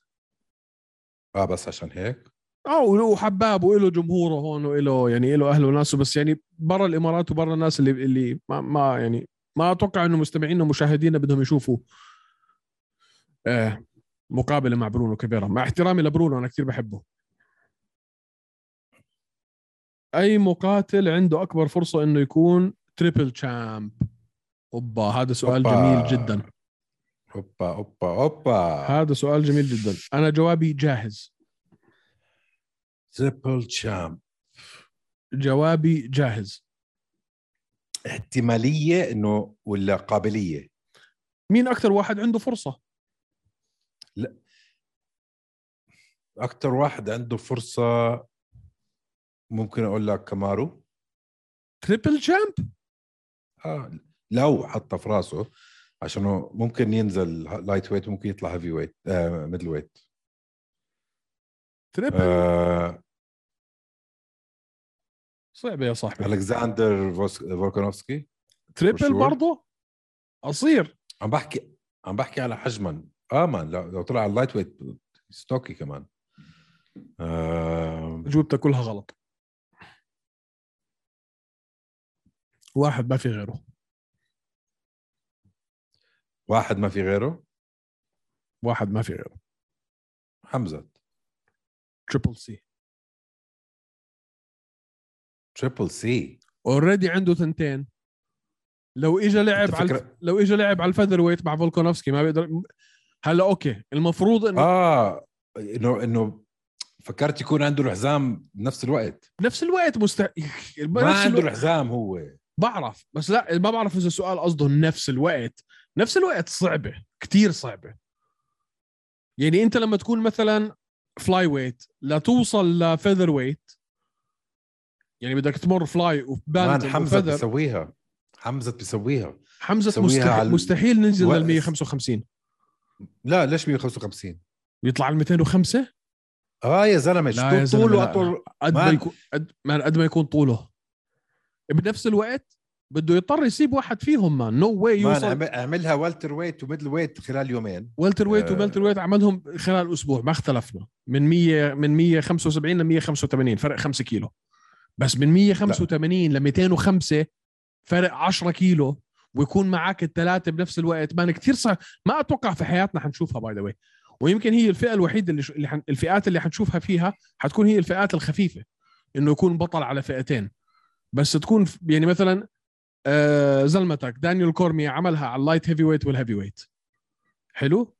Speaker 3: اه بس عشان هيك
Speaker 2: اه وله حباب وله جمهوره هون وله يعني له اهله وناسه بس يعني برا الامارات وبرا الناس اللي اللي ما, ما يعني ما اتوقع انه مستمعينا ومشاهدينا بدهم يشوفوا آه مقابله مع برونو كبيرة مع احترامي لبرونو انا كثير بحبه اي مقاتل عنده اكبر فرصه انه يكون تريبل تشامب اوبا هذا سؤال
Speaker 3: أوبا.
Speaker 2: جميل جدا
Speaker 3: اوبا اوبا اوبا
Speaker 2: هذا سؤال جميل جدا انا جوابي جاهز
Speaker 3: تريبل تشامب
Speaker 2: جوابي جاهز
Speaker 3: احتماليه انه ولا قابليه؟
Speaker 2: مين اكثر واحد عنده فرصه
Speaker 3: اكثر واحد عنده فرصه ممكن اقول لك كامارو
Speaker 2: تريبل تشامب
Speaker 3: آه لو حطها في راسه عشان هو ممكن ينزل لايت ويت ممكن يطلع هيفي ويت آه ميدل ويت
Speaker 2: تريبل
Speaker 3: آه
Speaker 2: صعبه يا صاحبي
Speaker 3: الكساندر فوس- فولكانوفسكي
Speaker 2: تريبل
Speaker 3: برشور.
Speaker 2: برضه قصير
Speaker 3: عم بحكي عم بحكي على حجما اه مان لو, لو طلع على اللايت ويت ستوكي كمان آه
Speaker 2: اجوبتك كلها غلط واحد ما في غيره
Speaker 3: واحد ما في غيره
Speaker 2: واحد ما في غيره
Speaker 3: حمزه
Speaker 2: تريبل سي
Speaker 3: تريبل سي
Speaker 2: اوريدي عنده ثنتين لو اجى لعب
Speaker 3: أنت
Speaker 2: على الف...
Speaker 3: فكرة-
Speaker 2: لو اجى لعب على الفذر ويت مع فولكانوفسكي ما بيقدر هلا اوكي المفروض انه آه.
Speaker 3: اه انه انه فكرت يكون عنده الحزام بنفس الوقت
Speaker 2: نفس الوقت مست...
Speaker 3: ما عنده الحزام هو
Speaker 2: بعرف بس لا ما بعرف اذا السؤال قصده نفس الوقت نفس الوقت صعبه كتير صعبه يعني انت لما تكون مثلا فلاي ويت لتوصل لفيذر ويت يعني بدك تمر فلاي
Speaker 3: مان
Speaker 2: وبانتم
Speaker 3: حمزه
Speaker 2: حمزه
Speaker 3: بيسويها حمزه بيسويها
Speaker 2: حمزه
Speaker 3: بيسويها على
Speaker 2: مستحيل,
Speaker 3: ال-
Speaker 2: مستحيل ننزل
Speaker 3: وقت.
Speaker 2: لل 155
Speaker 3: لا ليش 155
Speaker 2: يطلع على 205
Speaker 3: اه يا زلمه
Speaker 2: لا
Speaker 3: شو
Speaker 2: يا زلمة،
Speaker 3: طوله
Speaker 2: لا.
Speaker 3: اطول
Speaker 2: قد ما
Speaker 3: مان.
Speaker 2: يكون قد ما قد ما يكون طوله بنفس الوقت بده يضطر يسيب واحد فيهم مان نو واي
Speaker 3: مان
Speaker 2: يوصل
Speaker 3: عم- عملها والتر ويت وميدل ويت خلال يومين
Speaker 2: والتر ويت
Speaker 3: آه.
Speaker 2: وبلتر ويت عملهم خلال اسبوع ما اختلفنا من 100 من 175 ل 185 فرق 5 كيلو بس من 185 ل 205 فرق 10 كيلو ويكون معك الثلاثه بنفس الوقت مان كثير صعب ما اتوقع في حياتنا حنشوفها باي ذا واي ويمكن هي الفئه الوحيده اللي, ش... اللي حن... الفئات اللي حنشوفها فيها حتكون هي الفئات الخفيفه انه يكون بطل على فئتين بس تكون ف- يعني مثلا آه زلمتك دانيال كورمي عملها على اللايت هيفي ويت والهيفي ويت حلو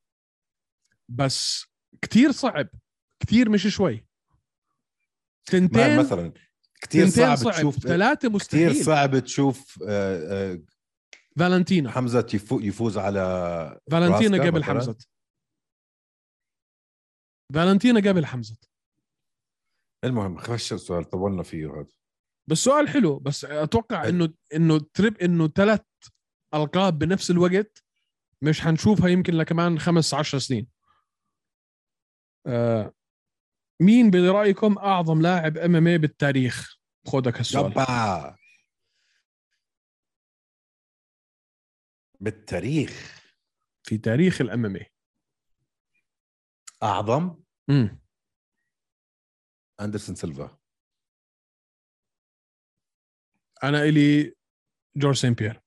Speaker 2: بس كتير صعب كتير مش شوي
Speaker 3: مان
Speaker 2: تنتين
Speaker 3: مثلا كثير صعب, تشوف
Speaker 2: ثلاثة
Speaker 3: كثير
Speaker 2: مستحيل
Speaker 3: صعب تشوف آه، آه،
Speaker 2: فالنتينا
Speaker 3: حمزه يفو- يفوز على
Speaker 2: فالنتينا
Speaker 3: راسكا
Speaker 2: قبل
Speaker 3: مثلاً.
Speaker 2: حمزة فالنتينا قبل حمزة
Speaker 3: المهم خش السؤال طولنا فيه هذا
Speaker 2: بس سؤال حلو بس اتوقع
Speaker 3: حلو.
Speaker 2: انه انه تريب انه ثلاث القاب بنفس الوقت مش حنشوفها يمكن لكمان خمس عشر سنين آه مين برايكم اعظم لاعب ام ام بالتاريخ خدك هالسؤال
Speaker 3: يبا بالتاريخ
Speaker 2: في تاريخ إيه. الام ام
Speaker 3: اعظم
Speaker 2: اي
Speaker 3: اندرسون سيلفا
Speaker 2: انا الي جورج سين بيير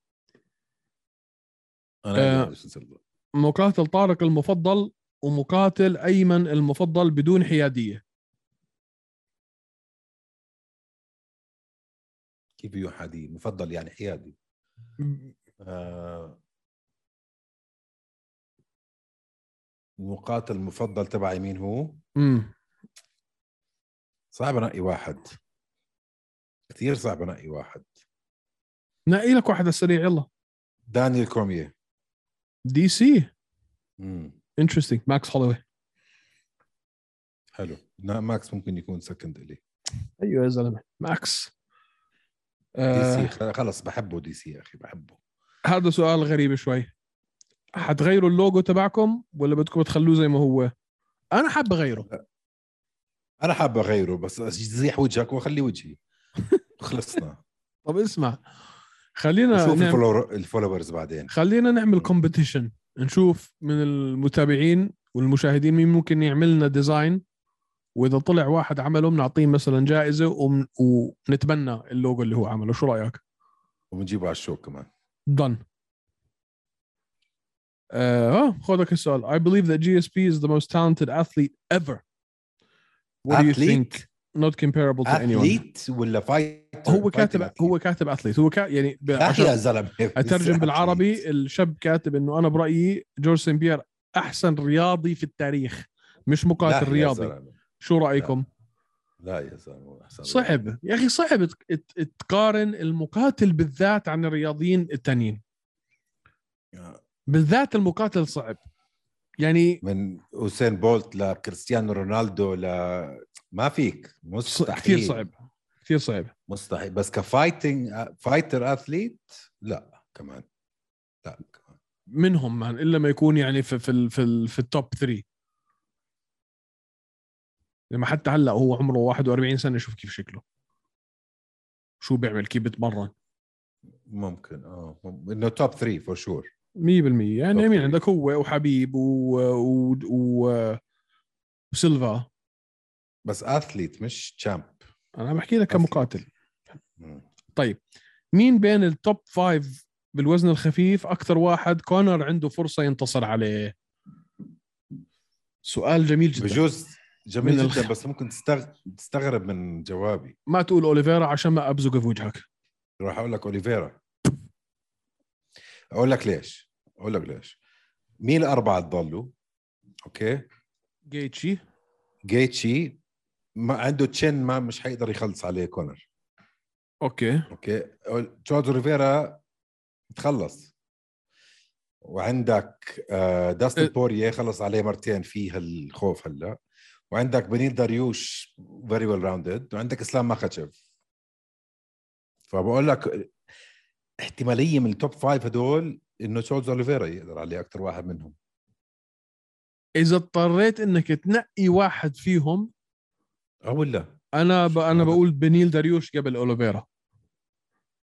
Speaker 3: انا
Speaker 2: آه.
Speaker 3: اندرسون سيلفا
Speaker 2: مقاتل طارق المفضل ومقاتل ايمن المفضل بدون حياديه
Speaker 3: كيف يوحدي مفضل يعني حيادي آه، المقاتل المفضل تبعي مين هو؟
Speaker 2: امم
Speaker 3: صعب انقي واحد كثير صعب انقي واحد
Speaker 2: نقي لك واحد على السريع يلا
Speaker 3: دانيال كوميه
Speaker 2: دي سي
Speaker 3: مم.
Speaker 2: انترستنج ماكس هولوي
Speaker 3: حلو نا- ماكس ممكن يكون سكند الي
Speaker 2: ايوه يا زلمه ماكس
Speaker 3: دي
Speaker 2: آه
Speaker 3: سي خلص بحبه دي سي يا اخي بحبه
Speaker 2: هذا سؤال غريب شوي حتغيروا اللوجو تبعكم ولا بدكم تخلوه زي ما هو انا حاب اغيره
Speaker 3: انا حاب اغيره بس يزيح وجهك واخلي وجهي خلصنا
Speaker 2: طب اسمع خلينا
Speaker 3: نشوف
Speaker 2: نعمل
Speaker 3: الفولور- الفولورز بعدين
Speaker 2: خلينا نعمل كومبيتيشن نشوف من المتابعين والمشاهدين مين ممكن يعمل لنا ديزاين واذا طلع واحد عمله بنعطيه مثلا جائزه ومن... ونتبنى اللوجو اللي هو عمله شو رايك؟
Speaker 3: وبنجيبه على الشو كمان
Speaker 2: Done. اه آه، خذك السؤال I believe that GSP is the most talented athlete ever. What do you
Speaker 3: Athlete?
Speaker 2: think? Not comparable to anyone.
Speaker 3: اثليت ولا فايتر
Speaker 2: هو كاتب هو كاتب اثليت هو كا يعني ب-
Speaker 3: اخي
Speaker 2: عشان
Speaker 3: يا زلمه
Speaker 2: اترجم بالعربي الشب كاتب انه انا برايي جورج سين بيير احسن رياضي في التاريخ مش
Speaker 3: لا
Speaker 2: مقاتل
Speaker 3: يا
Speaker 2: رياضي
Speaker 3: زلمة.
Speaker 2: شو رايكم؟
Speaker 3: لا يا زلمه أحسن رياضي.
Speaker 2: صعب يا اخي صعب ت- ت- تقارن المقاتل بالذات عن الرياضيين التانيين بالذات المقاتل صعب يعني
Speaker 3: من اوسين بولت لكريستيانو رونالدو ل ما فيك
Speaker 2: ص-
Speaker 3: مستحيل
Speaker 2: كثير صعب كثير صعب
Speaker 3: مستحيل بس كفايتنج فايتر اثليت لا كمان لا كمان
Speaker 2: منهم مان الا ما يكون يعني في في ال- في, ال- في التوب 3 لما حتى هلا هو عمره 41 سنه شوف كيف شكله شو بيعمل كيف بيتمرن 100%
Speaker 3: ممكن اه مم- انه توب 3 فور شور
Speaker 2: يعني
Speaker 3: Top
Speaker 2: مين
Speaker 3: three.
Speaker 2: عندك هو وحبيب و, و... و... وسيلفا
Speaker 3: بس اثليت مش تشامب
Speaker 2: انا عم بحكي لك
Speaker 3: أصلاً.
Speaker 2: كمقاتل طيب، مين بين التوب 5 بالوزن الخفيف اكثر واحد كونر عنده فرصه ينتصر عليه سؤال جميل جدا
Speaker 3: بجوز
Speaker 2: من
Speaker 3: جميل
Speaker 2: الخ-
Speaker 3: جدا بس ممكن تستغ... تستغرب من جوابي
Speaker 2: ما تقول اوليفيرا عشان ما ابزق في وجهك
Speaker 3: راح اقول لك اوليفيرا اقول لك ليش اقول لك ليش مين الاربعه اللي ضلوا اوكي
Speaker 2: جيتشي
Speaker 3: جيتشي ما عنده تشن ما مش حيقدر يخلص عليه كونر
Speaker 2: اوكي
Speaker 3: اوكي جورج ريفيرا تخلص وعندك آه، داستن
Speaker 2: أه.
Speaker 3: بوريه خلص عليه مرتين في هالخوف هلا وعندك بنين داريوش فيري ويل راوندد وعندك اسلام مخاتشف فبقول لك احتماليه من التوب فايف هدول انه تشارلز اوليفيرا يقدر عليه اكثر واحد منهم
Speaker 2: اذا اضطريت انك تنقي واحد فيهم
Speaker 3: او لا
Speaker 2: انا ب... انا
Speaker 3: هذا؟
Speaker 2: بقول بنيل داريوش قبل اوليفيرا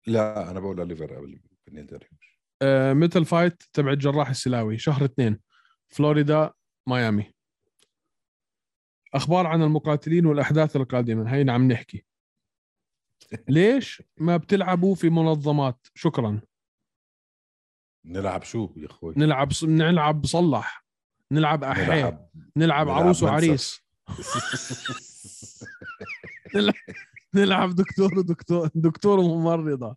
Speaker 3: لا انا بقول اوليفيرا قبل بنين داريوش
Speaker 2: آه ميتال فايت تبع الجراح السلاوي شهر اثنين فلوريدا ميامي اخبار عن المقاتلين والاحداث القادمه هينا عم نعم نحكي ليش ما بتلعبوا في منظمات شكرا
Speaker 3: نلعب شو يا اخوي
Speaker 2: نلعب ص- نلعب صلح نلعب احياء نلعب, نلعب
Speaker 3: نلعب نلعب
Speaker 2: عروس
Speaker 3: منسف.
Speaker 2: وعريس نلعب دكتور ودكتور دكتور وممرضه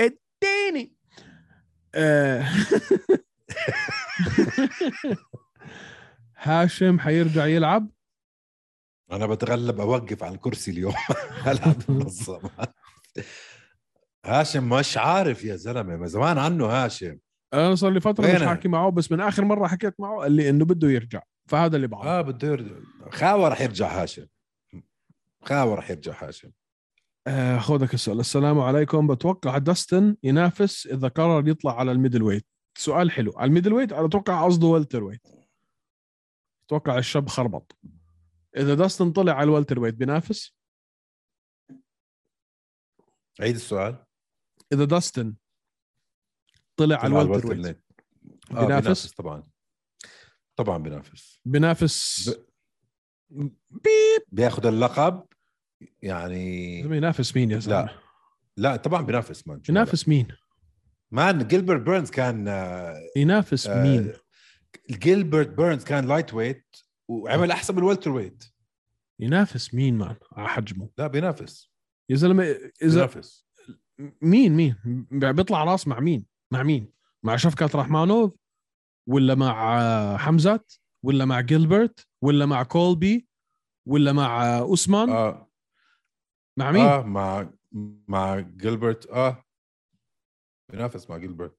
Speaker 2: التاني آه. هاشم حيرجع يلعب
Speaker 3: انا بتغلب اوقف على الكرسي اليوم العب منظمة هاشم مش عارف يا زلمه ما زمان عنه هاشم
Speaker 2: انا صار لي فتره مش
Speaker 3: وينه؟
Speaker 2: حاكي معه بس من اخر مره حكيت معه قال لي انه بده يرجع فهذا اللي بعرفه
Speaker 3: اه بده يرجع خاوه رح يرجع هاشم خاوه رح يرجع هاشم
Speaker 2: آه خذك السؤال السلام عليكم بتوقع داستن ينافس اذا قرر يطلع على الميدل ويت سؤال حلو على الميدل ويت انا اتوقع قصده والتر ويت اتوقع الشاب خربط اذا داستن طلع على الوالتر ويت بينافس
Speaker 3: عيد السؤال
Speaker 2: اذا داستن طلع على الوالتر
Speaker 3: الوالتر
Speaker 2: ويت
Speaker 3: نيت. آه
Speaker 2: بينافس؟
Speaker 3: بينافس طبعا طبعا بينافس
Speaker 2: بينافس
Speaker 3: بياخذ اللقب يعني
Speaker 2: بينافس مين يا
Speaker 3: لا.
Speaker 2: زلمه؟
Speaker 3: لا طبعا بينافس مان شو
Speaker 2: ينافس مين؟
Speaker 3: لا. مان جيلبرت بيرنز كان آه،
Speaker 2: ينافس
Speaker 3: آه،
Speaker 2: مين؟
Speaker 3: جيلبرت بيرنز كان لايت ويت وعمل احسن من الوالتر ويت
Speaker 2: ينافس مين مان على حجمه؟
Speaker 3: لا بينافس
Speaker 2: يا زلمه اذا
Speaker 3: بينافس
Speaker 2: مين مين؟ بيطلع راس مع مين؟ مع مين؟ مع شفكات رحمانوف ولا مع آه، حمزه ولا مع جيلبرت ولا مع كولبي ولا مع آه، اوسمان آه.
Speaker 3: اه
Speaker 2: مع مين؟ آه.
Speaker 3: اه مع مع جيلبرت اه بينافس مع جيلبرت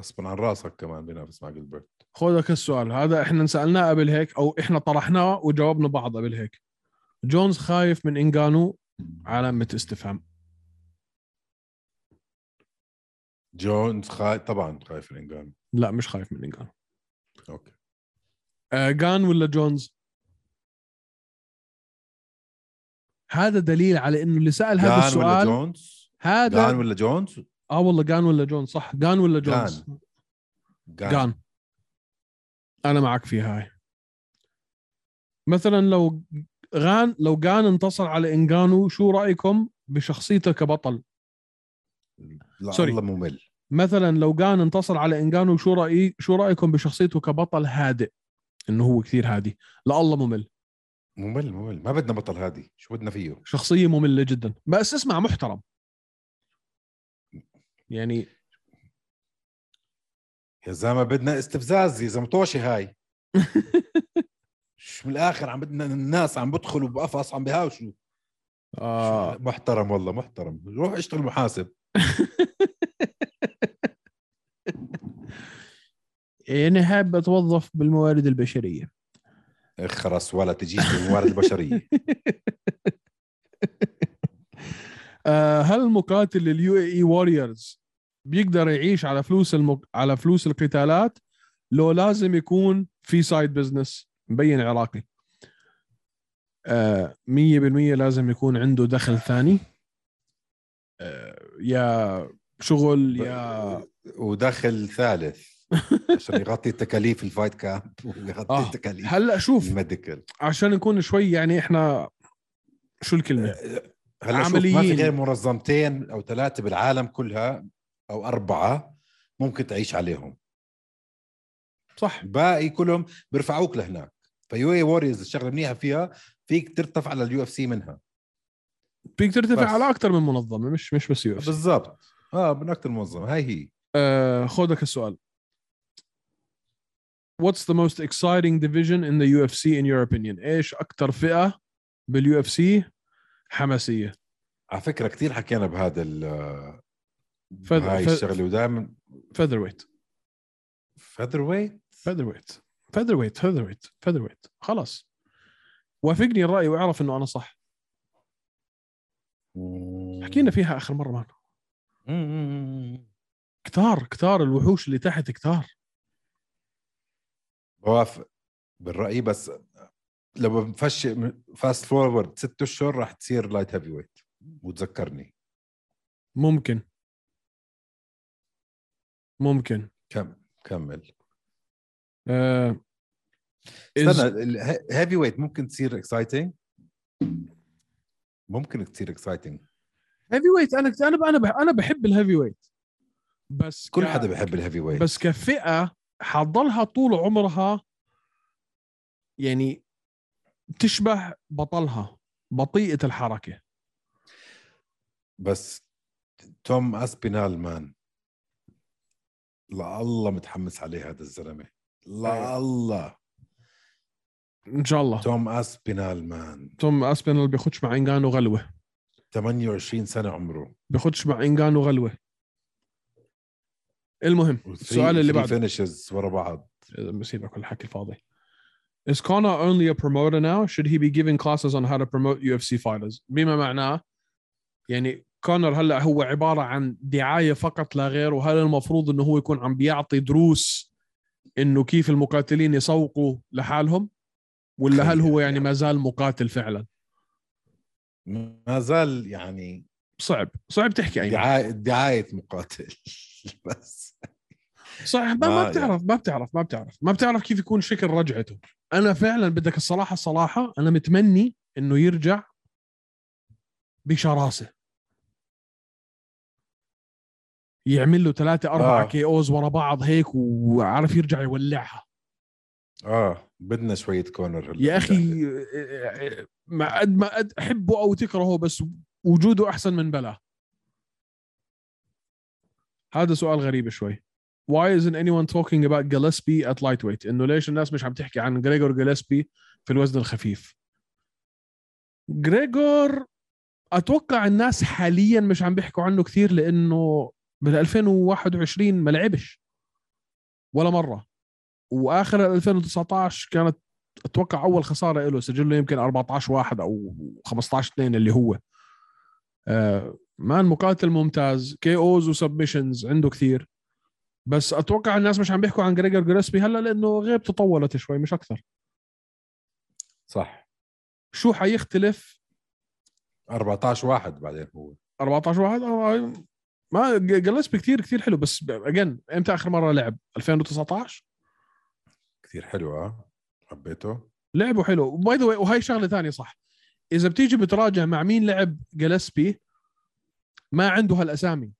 Speaker 3: غصبا عن راسك كمان بينافس مع جيلبرت
Speaker 2: خذك السؤال هذا احنا انسالناه قبل هيك او احنا طرحناه وجاوبنا بعض قبل هيك جونز خايف من انجانو علامة استفهام
Speaker 3: جونز خايف طبعا خايف من انجانو
Speaker 2: لا مش خايف من انجانو
Speaker 3: اوكي
Speaker 2: آه جان ولا جونز هذا دليل على انه اللي سال هذا
Speaker 3: جان ولا
Speaker 2: السؤال
Speaker 3: جونز؟ جان
Speaker 2: هذا
Speaker 3: ولا جونز؟
Speaker 2: اه والله جان ولا جونز صح جان ولا
Speaker 3: جان.
Speaker 2: جونز جان انا معك فيها هاي مثلا لو غان لو جان انتصر على انجانو شو رايكم بشخصيته كبطل
Speaker 3: لا
Speaker 2: سوري.
Speaker 3: والله ممل
Speaker 2: مثلا لو جان انتصر على انجانو شو رايي شو رايكم بشخصيته كبطل هادئ انه هو كثير هادي لا الله ممل
Speaker 3: ممل ممل ما بدنا بطل هادي شو بدنا فيه؟
Speaker 2: شخصيه ممله جدا بس اسمع محترم يعني
Speaker 3: يا زلمه بدنا استفزاز يا زلمه طوشي هاي شو من الاخر عم بدنا الناس عم بدخلوا بقفص عم بهاوشوا
Speaker 2: آه
Speaker 3: محترم والله محترم روح اشتغل محاسب
Speaker 2: يعني حاب اتوظف بالموارد البشريه
Speaker 3: اخرس ولا تجيش بالموارد البشريه
Speaker 2: آه، هل مقاتل اليو اي واريورز بيقدر يعيش على فلوس المق... على فلوس القتالات لو لازم يكون في سايد بزنس مبين عراقي آه، مية بالمية لازم يكون عنده دخل ثاني آه، يا شغل يا
Speaker 3: ودخل ثالث عشان يغطي تكاليف الفايت كامب ويغطي
Speaker 2: آه.
Speaker 3: آه. تكاليف
Speaker 2: هلا شوف
Speaker 3: الميديكال
Speaker 2: عشان نكون شوي يعني احنا شو
Speaker 3: آه.
Speaker 2: الكلمة
Speaker 3: هلا عمليين. شوف ما في
Speaker 2: عمليين.
Speaker 3: غير منظمتين او ثلاثه بالعالم كلها او اربعه ممكن تعيش عليهم
Speaker 2: صح
Speaker 3: باقي كلهم بيرفعوك لهناك فيو اي ووريرز الشغله منيحه فيها فيك ترتفع على اليو اف سي منها
Speaker 2: فيك ترتفع
Speaker 3: بس.
Speaker 2: على أكثر من منظمة مش مش بس يو
Speaker 3: بالضبط اه من اكثر منظمه هاي هي
Speaker 2: آه، خودك السؤال What's the most exciting division in the UFC in your opinion؟ ايش اكثر فئة باليو اف سي حماسية؟
Speaker 3: على فكره كثير حكينا بهذا ال
Speaker 2: فذ-
Speaker 3: هاي
Speaker 2: فذ-
Speaker 3: الشغله ودائما
Speaker 2: فيذر ويت
Speaker 3: فذر ويت
Speaker 2: فيذر ويت فيذر ويت فيذر ويت فيذر ويت خلاص وافقني الرأي واعرف انه انا صح حكينا فيها اخر مرة مان كتار كتار الوحوش اللي تحت كتار
Speaker 3: بوافق بالراي بس لما بفش فاست فورورد ست اشهر راح تصير لايت هيفي ويت وتذكرني
Speaker 2: ممكن ممكن
Speaker 3: كم كمل
Speaker 2: آه، is-
Speaker 3: استنى الهيفي ويت ممكن تصير اكسايتنج ممكن تصير اكسايتنج
Speaker 2: هيفي ويت انا انا انا بح- انا بحب الهيفي ويت بس
Speaker 3: كل
Speaker 2: ك-
Speaker 3: حدا بحب الهيفي ويت
Speaker 2: بس كفئه حضلها طول عمرها يعني تشبه بطلها بطيئه الحركه
Speaker 3: بس توم اسبينال مان لا الله متحمس عليه هذا الزلمه لا الله
Speaker 2: ان شاء الله
Speaker 3: توم اسبينال مان
Speaker 2: توم اسبينال بيخش مع انجانو غلوه
Speaker 3: 28 سنه عمره
Speaker 2: بيخش مع انجانو غلوه المهم السؤال اللي بعده
Speaker 3: فينيشز ورا بعض
Speaker 2: بسيبك كل الحكي الفاضي Is Connor only a promoter now? Should he be giving classes on how to promote UFC fighters? بما معناه يعني كونر هلا هو عباره عن دعايه فقط لا غير وهل المفروض انه هو يكون عم بيعطي دروس انه كيف المقاتلين يسوقوا لحالهم ولا هل هو يعني ما زال مقاتل فعلا؟
Speaker 3: ما زال يعني
Speaker 2: صعب صعب تحكي ايمن
Speaker 3: دعاية, دعاية مقاتل بس
Speaker 2: صعب ما, ما
Speaker 3: آه،
Speaker 2: بتعرف ما بتعرف ما بتعرف ما بتعرف كيف يكون شكل رجعته انا فعلا بدك الصراحه الصراحه انا متمني انه يرجع بشراسه يعمل له ثلاثة أربعة
Speaker 3: آه.
Speaker 2: كي أوز ورا بعض هيك وعارف يرجع يولعها
Speaker 3: اه بدنا شوية كونر هلا
Speaker 2: آه. يا أخي آه، ما قد ما قد أحبه أو تكرهه بس وجوده أحسن من بلا هذا سؤال غريب شوي Why isn't anyone talking about Gillespie at lightweight إنه ليش الناس مش عم تحكي عن غريغور جillespie في الوزن الخفيف غريغور أتوقع الناس حاليا مش عم بيحكوا عنه كثير لأنه بال 2021 ما لعبش ولا مرة وآخر 2019 كانت اتوقع اول خساره له سجل له يمكن 14 واحد او 15 2 اللي هو آه مان مقاتل ممتاز كي اوز وسبمشنز عنده كثير بس اتوقع الناس مش عم بيحكوا عن جريجر جريسبي هلا لانه غيبته طولت شوي مش اكثر
Speaker 3: صح
Speaker 2: شو حيختلف
Speaker 3: 14 واحد بعدين هو
Speaker 2: 14 واحد آه، ما جلسبي كثير كثير حلو بس اجين امتى اخر مره لعب 2019
Speaker 3: كثير حلو اه حبيته
Speaker 2: لعبه حلو وباي ذا وهي شغله ثانيه صح اذا بتيجي بتراجع مع مين لعب جلسبي ما عنده هالاسامي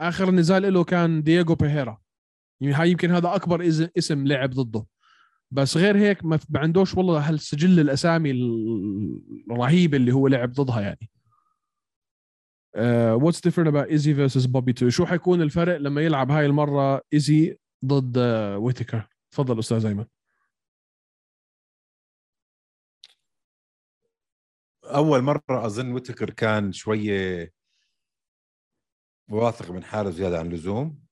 Speaker 2: اخر نزال له كان دييغو بيهيرا يعني هاي يمكن هذا اكبر إز- اسم لعب ضده بس غير هيك ما ما عندوش والله هالسجل الاسامي ال- الرهيب اللي هو لعب ضدها يعني Uh، واتس ديفرنت اباوت ايزي فيرسز بوبي تو شو حيكون الفرق لما يلعب هاي المره ايزي ضد ويتكر تفضل استاذ ايمن
Speaker 3: اول مره اظن ويتكر كان شويه واثق من حاله زياده عن اللزوم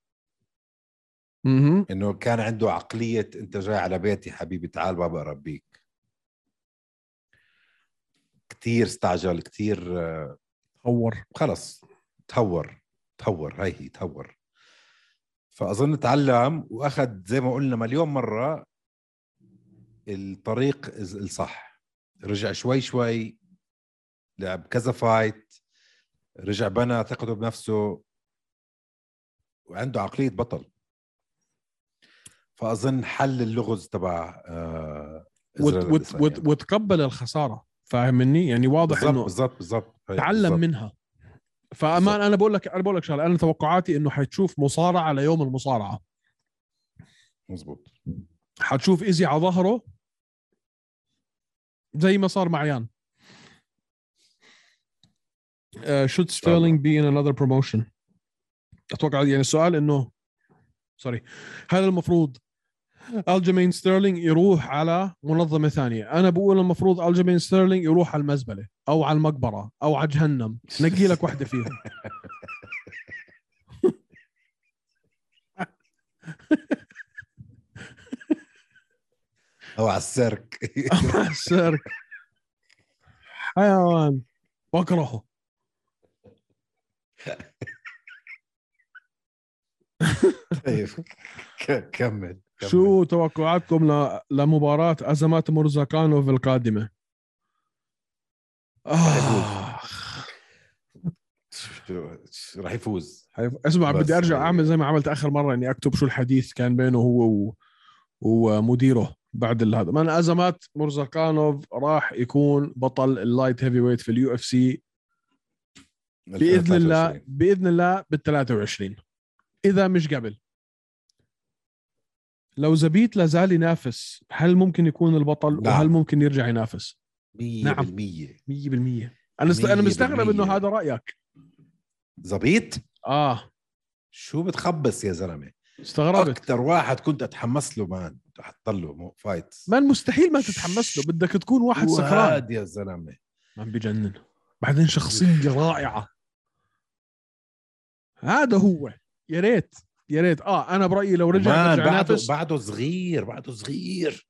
Speaker 2: اها
Speaker 3: انه كان عنده عقليه انت جاي على بيتي حبيبي تعال بابا اربيك كثير استعجل كثير
Speaker 2: تطور
Speaker 3: خلص تهور تهور هاي هي تهور فاظن تعلم واخذ زي ما قلنا مليون مره الطريق الز- الصح رجع شوي شوي لعب كذا فايت رجع بنى ثقته بنفسه وعنده عقليه بطل فاظن حل اللغز تبع آه،
Speaker 2: وت
Speaker 3: إزرائيل
Speaker 2: وت وت
Speaker 3: والإسرائيليين.
Speaker 2: وتقبل الخساره فاهم مني يعني واضح
Speaker 3: بالضبط
Speaker 2: انه
Speaker 3: بالضبط بالضبط هي
Speaker 2: تعلم
Speaker 3: بالضبط.
Speaker 2: منها فامان
Speaker 3: بالضبط.
Speaker 2: انا بقول لك انا بقول لك شغله انا توقعاتي انه حتشوف مصارعه على يوم المصارعه
Speaker 3: مزبوط
Speaker 2: حتشوف ايزي على ظهره زي ما صار مع يان Uh, should
Speaker 3: شاء الله.
Speaker 2: Sterling be in another promotion؟ اتوقع يعني السؤال انه سوري هل المفروض الجيمين ستيرلينج يروح على منظمه ثانيه؟ انا بقول المفروض الجيمين ستيرلينج يروح على المزبله او على المقبره او على جهنم، نقي لك واحده فيهم.
Speaker 3: او على السيرك
Speaker 2: السيرك حيوان بكرهه
Speaker 3: طيب ك- كمل كمل.
Speaker 2: شو توقعاتكم ل... لمباراة أزمات مرزقانوف القادمة؟ آه
Speaker 3: شو شو- راح يفوز
Speaker 2: حيف- اسمع
Speaker 3: بس. يعني-
Speaker 2: بدي أرجع أعمل زي ما عملت آخر مرة إني أكتب شو الحديث كان بينه هو و... ومديره بعد ال- هذا من أزمات مرزقانوف راح يكون بطل اللايت هيفي ويت في اليو اف سي بإذن الله
Speaker 3: 2023.
Speaker 2: بإذن الله بال 23 إذا مش قبل لو زبيت لازال ينافس هل ممكن يكون البطل
Speaker 3: نعم.
Speaker 2: وهل ممكن يرجع ينافس؟
Speaker 3: 100%
Speaker 2: نعم. 100% انا است... انا
Speaker 3: مية
Speaker 2: مستغرب انه
Speaker 3: بالمية.
Speaker 2: هذا رايك
Speaker 3: زبيط
Speaker 2: اه
Speaker 3: شو بتخبص يا زلمه
Speaker 2: استغربت
Speaker 3: اكثر واحد كنت اتحمس له مان احطل له مو- فايت
Speaker 2: من مستحيل ما تتحمس له بدك تكون واحد
Speaker 3: شو
Speaker 2: سكران
Speaker 3: هاد يا زلمه
Speaker 2: من بجنن بعدين شخصيه رائعه هذا هو يا ريت يا ريت اه انا برايي لو رجع
Speaker 3: مان،
Speaker 2: رجع
Speaker 3: بعده
Speaker 2: ينافس
Speaker 3: بعده صغير بعده صغير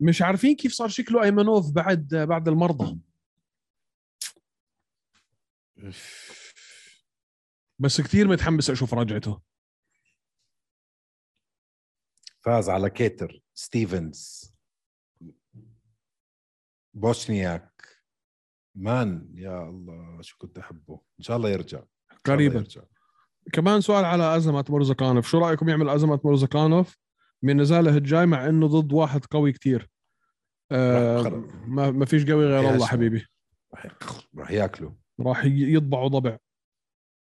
Speaker 2: مش عارفين كيف صار شكله ايمنوف بعد بعد المرضى بس كثير متحمس اشوف رجعته
Speaker 3: فاز على كيتر ستيفنز بوشنياك مان يا الله شو كنت احبه ان شاء الله يرجع إن شاء الله
Speaker 2: قريبا
Speaker 3: يرجع.
Speaker 2: كمان سؤال على أزمة مرزقانوف شو رأيكم يعمل أزمة مرزقانوف من نزاله الجاي مع إنه ضد واحد قوي كتير آه
Speaker 3: خلص.
Speaker 2: ما, ما فيش قوي غير
Speaker 3: يا
Speaker 2: الله
Speaker 3: اسطى.
Speaker 2: حبيبي
Speaker 3: راح راح ياكله
Speaker 2: راح ي- يطبعوا ضبع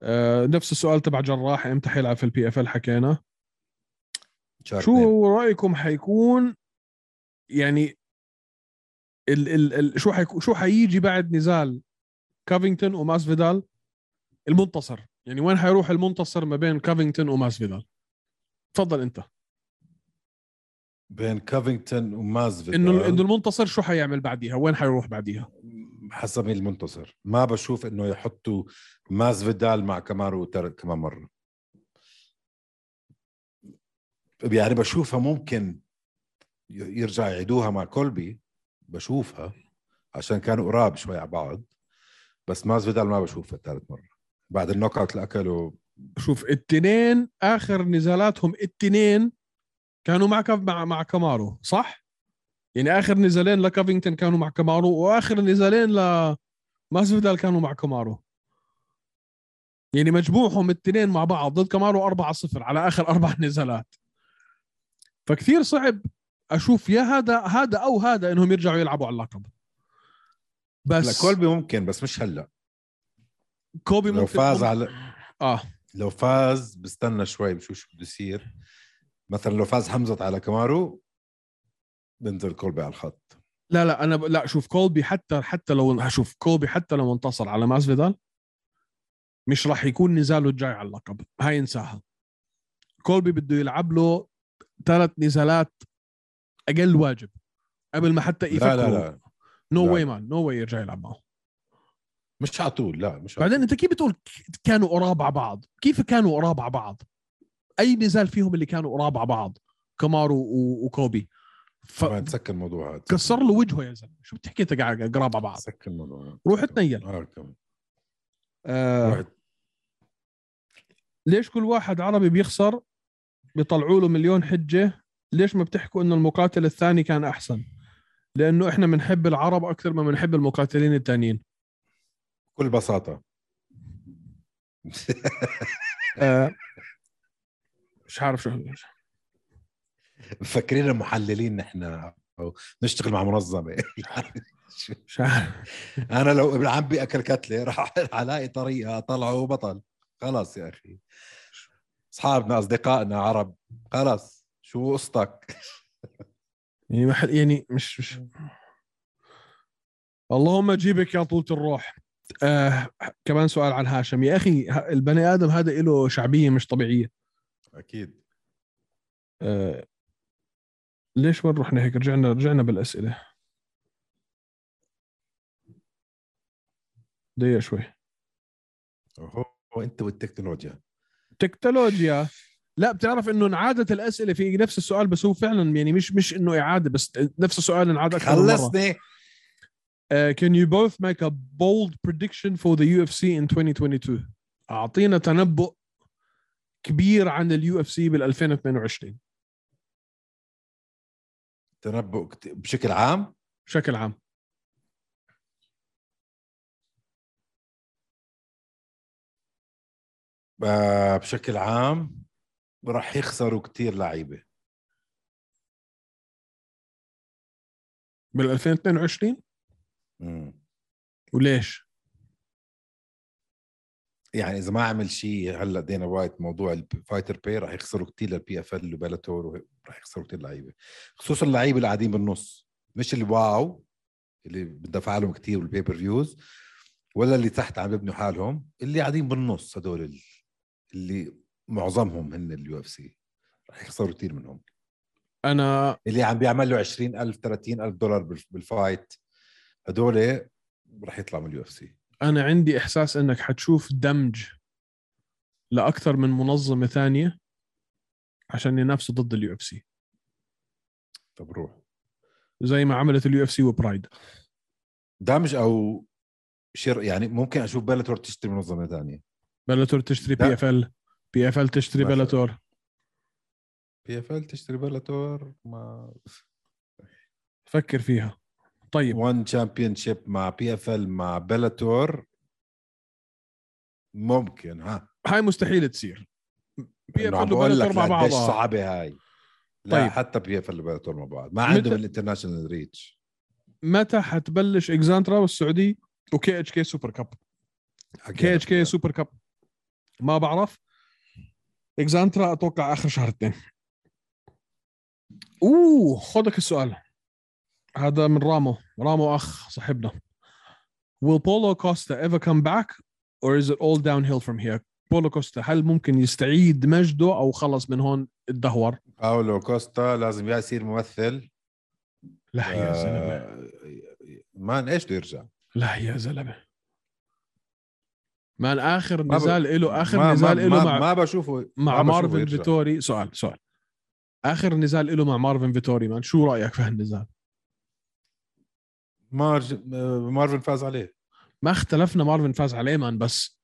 Speaker 2: آه نفس السؤال تبع جراح امتى حيلعب في البي اف ال حكينا
Speaker 3: شهر اثنين.
Speaker 2: شو رأيكم حيكون يعني ال ال ال شو حيكو شو حيجي بعد نزال كافينغتون وماس فيدال المنتصر يعني وين حيروح المنتصر ما بين كافينغتون وماس فيدال تفضل انت
Speaker 3: بين كافينغتون ومازفيد
Speaker 2: انه انه المنتصر شو حيعمل بعديها؟ وين حيروح بعديها؟
Speaker 3: حسب مين المنتصر ما بشوف انه يحطوا مازفيدال مع كامارو تر- كمان مره يعني بشوفها ممكن ي- يرجع يعيدوها مع كولبي بشوفها عشان كانوا قراب شوي على بعض بس مازفيدال ما بشوفها ثالث مره بعد النوك اوت اللي اكله
Speaker 2: شوف التنين اخر نزالاتهم التنين كانوا مع كف مع مع كامارو صح؟ يعني اخر نزالين لكافينغتون كانوا مع كامارو واخر نزالين ل ماسفيدال كانوا مع كومارو يعني مجموعهم الاثنين مع بعض ضد كومارو 4-0 على اخر اربع نزالات فكثير صعب اشوف يا هذا هذا او هذا انهم يرجعوا يلعبوا على اللقب بس
Speaker 3: لا كولبي ممكن بس مش هلا
Speaker 2: كوبي
Speaker 3: لو فاز على
Speaker 2: اه
Speaker 3: لو فاز بستنى شوي بشوف شو بده يصير مثلا لو فاز حمزه على كمارو بنزل كولبي على الخط
Speaker 2: لا لا انا ب... لا شوف كولبي حتى حتى لو هشوف كولبي حتى لو انتصر على ماسفيدال مش راح يكون نزاله الجاي على اللقب هاي انساها كولبي بده يلعب له ثلاث نزالات اقل واجب قبل ما حتى يفكروا
Speaker 3: لا لا لا
Speaker 2: نو
Speaker 3: لا.
Speaker 2: واي مان نو واي يرجع يلعب معه
Speaker 3: مش على طول لا مش على
Speaker 2: بعدين انت كيف بتقول ك- كانوا قراب على بعض كيف كانوا قراب على بعض اي نزال فيهم اللي كانوا قراب على بعض كمارو و... وكوبي
Speaker 3: طول. ما
Speaker 2: فكسر
Speaker 3: تسكر الموضوع هذا
Speaker 2: له وجهه يا زلمه شو بتحكي انت قاعد قراب على بعض
Speaker 3: سكر الموضوع هذا.
Speaker 2: روح اتنيل
Speaker 3: اه كمان
Speaker 2: آه...
Speaker 3: روح
Speaker 2: ليش كل واحد عربي بيخسر بيطلعوا له مليون حجه ليش ما بتحكوا انه المقاتل الثاني كان احسن لانه احنا بنحب العرب اكثر ما بنحب المقاتلين الثانيين
Speaker 3: بكل بساطه
Speaker 2: آه، مش عارف شو
Speaker 3: مفكرين محللين نحن أو نشتغل مع منظمه
Speaker 2: مش عارف
Speaker 3: انا لو ابن عمي اكل كتله راح الاقي طريقه اطلعه بطل خلاص يا اخي اصحابنا اصدقائنا عرب خلاص شو قصتك
Speaker 2: يعني محل يعني مش مش اللهم جيبك يا طولة الروح آه كمان سؤال عن هاشم يا اخي ه- البني ادم هذا له شعبيه مش طبيعيه
Speaker 3: اكيد
Speaker 2: آه ليش وين رحنا هيك رجعنا رجعنا بالاسئله دقيقه شوي
Speaker 3: هو انت والتكنولوجيا
Speaker 2: تكنولوجيا لا بتعرف انه انعادت الاسئله في نفس السؤال بس هو فعلا يعني مش مش انه اعاده بس نفس السؤال انعاد اكثر من مره
Speaker 3: خلصني
Speaker 2: Uh, can you both make a bold prediction for the UFC in 2022 اعطينا تنبؤ كبير عن اليو اف سي بال 2022
Speaker 3: تنبؤ كت- بشكل عام
Speaker 2: بشكل عام
Speaker 3: آه، بشكل عام راح يخسروا كتير لعيبه
Speaker 2: بال 2022
Speaker 3: مم.
Speaker 2: وليش؟
Speaker 3: يعني اذا ما عمل شيء هلا دينا وايت موضوع الفايتر باي راح يخسروا كثير للبي اف ال وبلاتور راح يخسروا كثير لعيبه خصوصا اللعيبه اللي قاعدين بالنص مش اللي واو اللي بندفع لهم كثير بالبيبر فيوز ولا اللي تحت عم يبنوا حالهم اللي قاعدين بالنص هدول ال- اللي معظمهم هن اليو اف سي راح يخسروا كثير منهم
Speaker 2: انا
Speaker 3: اللي عم بيعمل له 20000 30000 دولار بال- بالفايت هدول راح يطلعوا من اليو اف سي
Speaker 2: انا عندي احساس انك حتشوف دمج لاكثر من منظمه ثانيه عشان ينافسوا ضد اليو اف سي
Speaker 3: طب روح
Speaker 2: زي ما عملت اليو اف سي وبرايد
Speaker 3: دمج او شر يعني ممكن اشوف بلاتور تشتري منظمه ثانيه
Speaker 2: بلاتور تشتري
Speaker 3: لا.
Speaker 2: بي اف ال بي اف ال تشتري
Speaker 3: مثلاً.
Speaker 2: بلاتور
Speaker 3: بي اف ال تشتري بلاتور مع
Speaker 2: فكر فيها طيب
Speaker 3: وان تشامبيون شيب مع بي اف ال مع بلاتور ممكن ها
Speaker 2: هاي مستحيل تصير بي اف
Speaker 3: إنه عم
Speaker 2: ال
Speaker 3: بقول لك
Speaker 2: وبلاتور مع
Speaker 3: قديش
Speaker 2: بعض
Speaker 3: صعبه هاي لا
Speaker 2: طيب.
Speaker 3: طيب. حتى بي اف ال وبلاتور مع بعض ما
Speaker 2: متى-
Speaker 3: عندهم الانترناشونال ريتش
Speaker 2: متى حتبلش اكزانترا والسعودي وكي اتش كي سوبر كاب كي اتش كي سوبر كاب ما بعرف اكزانترا اتوقع اخر شهر اثنين اوه خدك السؤال هذا من رامو رامو اخ صاحبنا Will Polo Costa ever come back or is it all downhill from here? بولو كوستا هل ممكن يستعيد مجده او خلص من هون الدهور؟
Speaker 3: باولو كوستا لازم يا يصير ممثل
Speaker 2: لا أيوة،
Speaker 3: آه.
Speaker 2: يا زلمه
Speaker 3: مان ايش بده يرجع
Speaker 2: لا يا زلمه مان اخر
Speaker 3: ما ب-
Speaker 2: نزال له
Speaker 3: ما-
Speaker 2: اخر
Speaker 3: ما-
Speaker 2: نزال له
Speaker 3: ما-
Speaker 2: مع
Speaker 3: ما بشوفه
Speaker 2: مع
Speaker 3: ما بشوفه
Speaker 2: مارفن
Speaker 3: يرجع.
Speaker 2: فيتوري سؤال سؤال اخر نزال له مع مارفن فيتوري مان شو رايك في هالنزال؟
Speaker 3: مارج... مارفن فاز عليه
Speaker 2: ما اختلفنا مارفن فاز عليه مان بس